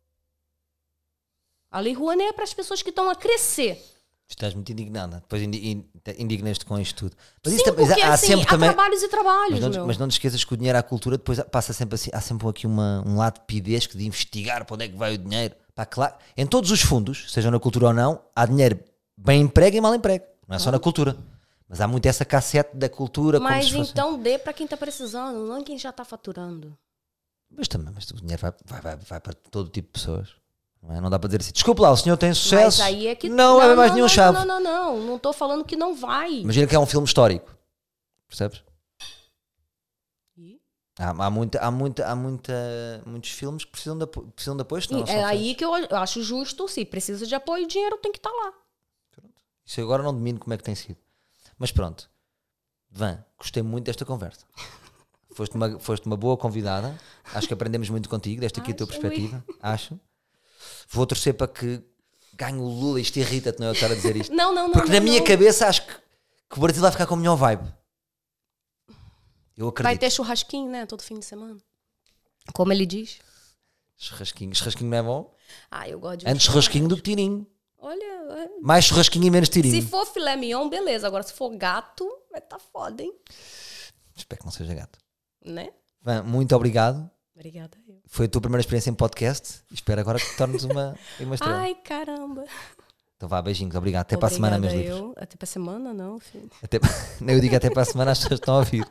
A Lei Rouanet é para as pessoas que estão a crescer.
Estás muito indignada. Depois indi- in- te- indignas-te com isto tudo. Mas
Sim,
isso também-
porque
há
assim,
sempre
há
também.
trabalhos e trabalhos,
Mas não,
meu.
mas não te esqueças que o dinheiro à cultura depois passa sempre assim. Há sempre aqui uma, um lado pidesco de investigar para onde é que vai o dinheiro. Pá, claro. Em todos os fundos, sejam na cultura ou não, há dinheiro bem emprego e mal emprego. Não é só na cultura. Mas há muito essa cassete da cultura. é como
Mas
se fosse-
então dê para quem tá precisando, não quem já tá faturando.
Mas também, mas o dinheiro vai, vai, vai, vai para todo tipo de pessoas. Não, é? Não dá para dizer assim, desculpa lá, o senhor tem sucesso.
Mas aí é que
Não, é mais nenhum
não,
chave.
Não, não, não, não, não tô falando que não vai.
Imagina que é um filme histórico. Percebes?
Ih,
Há, há, muita, há, muita, há muita, muitos filmes que precisam de, apo- precisam de apoio. senão não são
é
feitos.
aí que eu eu acho justo, se precisa de apoio, o dinheiro tem que estar lá.
Isso eu agora não domino como é que tem sido. Mas pronto. Van, gostei muito desta conversa. Foste uma, foste uma boa convidada. Acho que aprendemos muito contigo, desta aqui a tua
Acho,
perspectiva. Acho. Vou torcer para que ganhe o Lula. Isto irrita-te, não é eu estar a dizer isto.
Não, não, não.
Porque na
não,
minha
não.
cabeça acho que, que o Brasil vai ficar com a melhor vibe. Eu
Vai
acredito.
ter churrasquinho, né? Todo fim de semana. Como ele diz.
Churrasquinho. Churrasquinho não é bom?
Ah, eu gosto de. um
Antes É,
churrasco.
churrasquinho do que tirinho.
Olha, é.
Mais churrasquinho e menos tirinho.
se for filé mignon, beleza. Agora, se for gato, vai tá foda, hein?
Espero que não seja gato.
Né?
Van, muito obrigado.
Obrigada. eu.
Foi a tua primeira experiência em podcast. Espero agora que te tornes uma, uma estrela.
Ai, caramba.
Então vá, beijinhos. Obrigado. Tá. Até para a semana, meus
Obrigada,
livros.
eu. Até pra semana, não, filho.
Até, eu digo até para a semana, as pessoas estão a ouvir.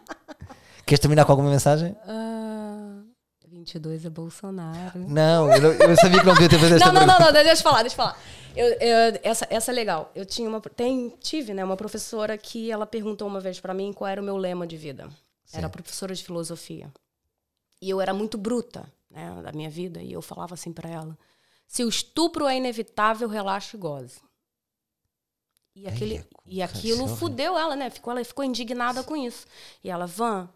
Queres terminar com alguma mensagem?
Ah, 22 é Bolsonaro.
Não, eu, não- eu sabia que não devia ter feito esta
Não, não,
pergunta.
não, não, deixa eu te falar, deixa eu falar. Eu, eu- essa, essa é legal. Eu tinha uma, tem, tive, né, uma professora que ela perguntou uma vez pra mim qual era o meu lema de vida. Era professora de filosofia. E eu era muito bruta, né, da minha vida, e eu falava assim pra ela: "Se o estupro é inevitável, relaxe e goze". E
Ai,
aquele
é
e
cara,
aquilo
isso é horrível.
fudeu ela, né? Ficou ela ficou indignada com isso. E ela: "Van,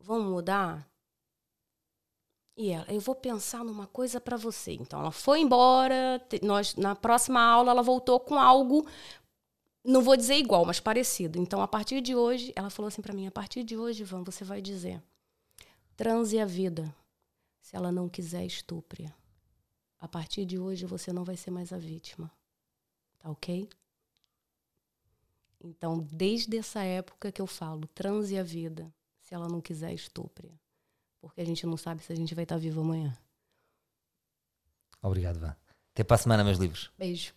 vamos mudar?" E ela, eu vou pensar numa coisa pra você. Então ela foi embora, te- nós na próxima aula ela voltou com algo não vou dizer igual, mas parecido. Então a partir de hoje, ela falou assim pra mim, a partir de hoje, Van, você vai dizer: transe a vida. Se ela não quiser, estupre. A partir de hoje você não vai ser mais a vítima. Tá OK? Então, desde essa época que eu falo, transe a vida. Se ela não quiser, estupre. Porque a gente não sabe se a gente vai estar vivo amanhã.
Obrigado, Vá. Até para a semana, meus livros.
Beijo.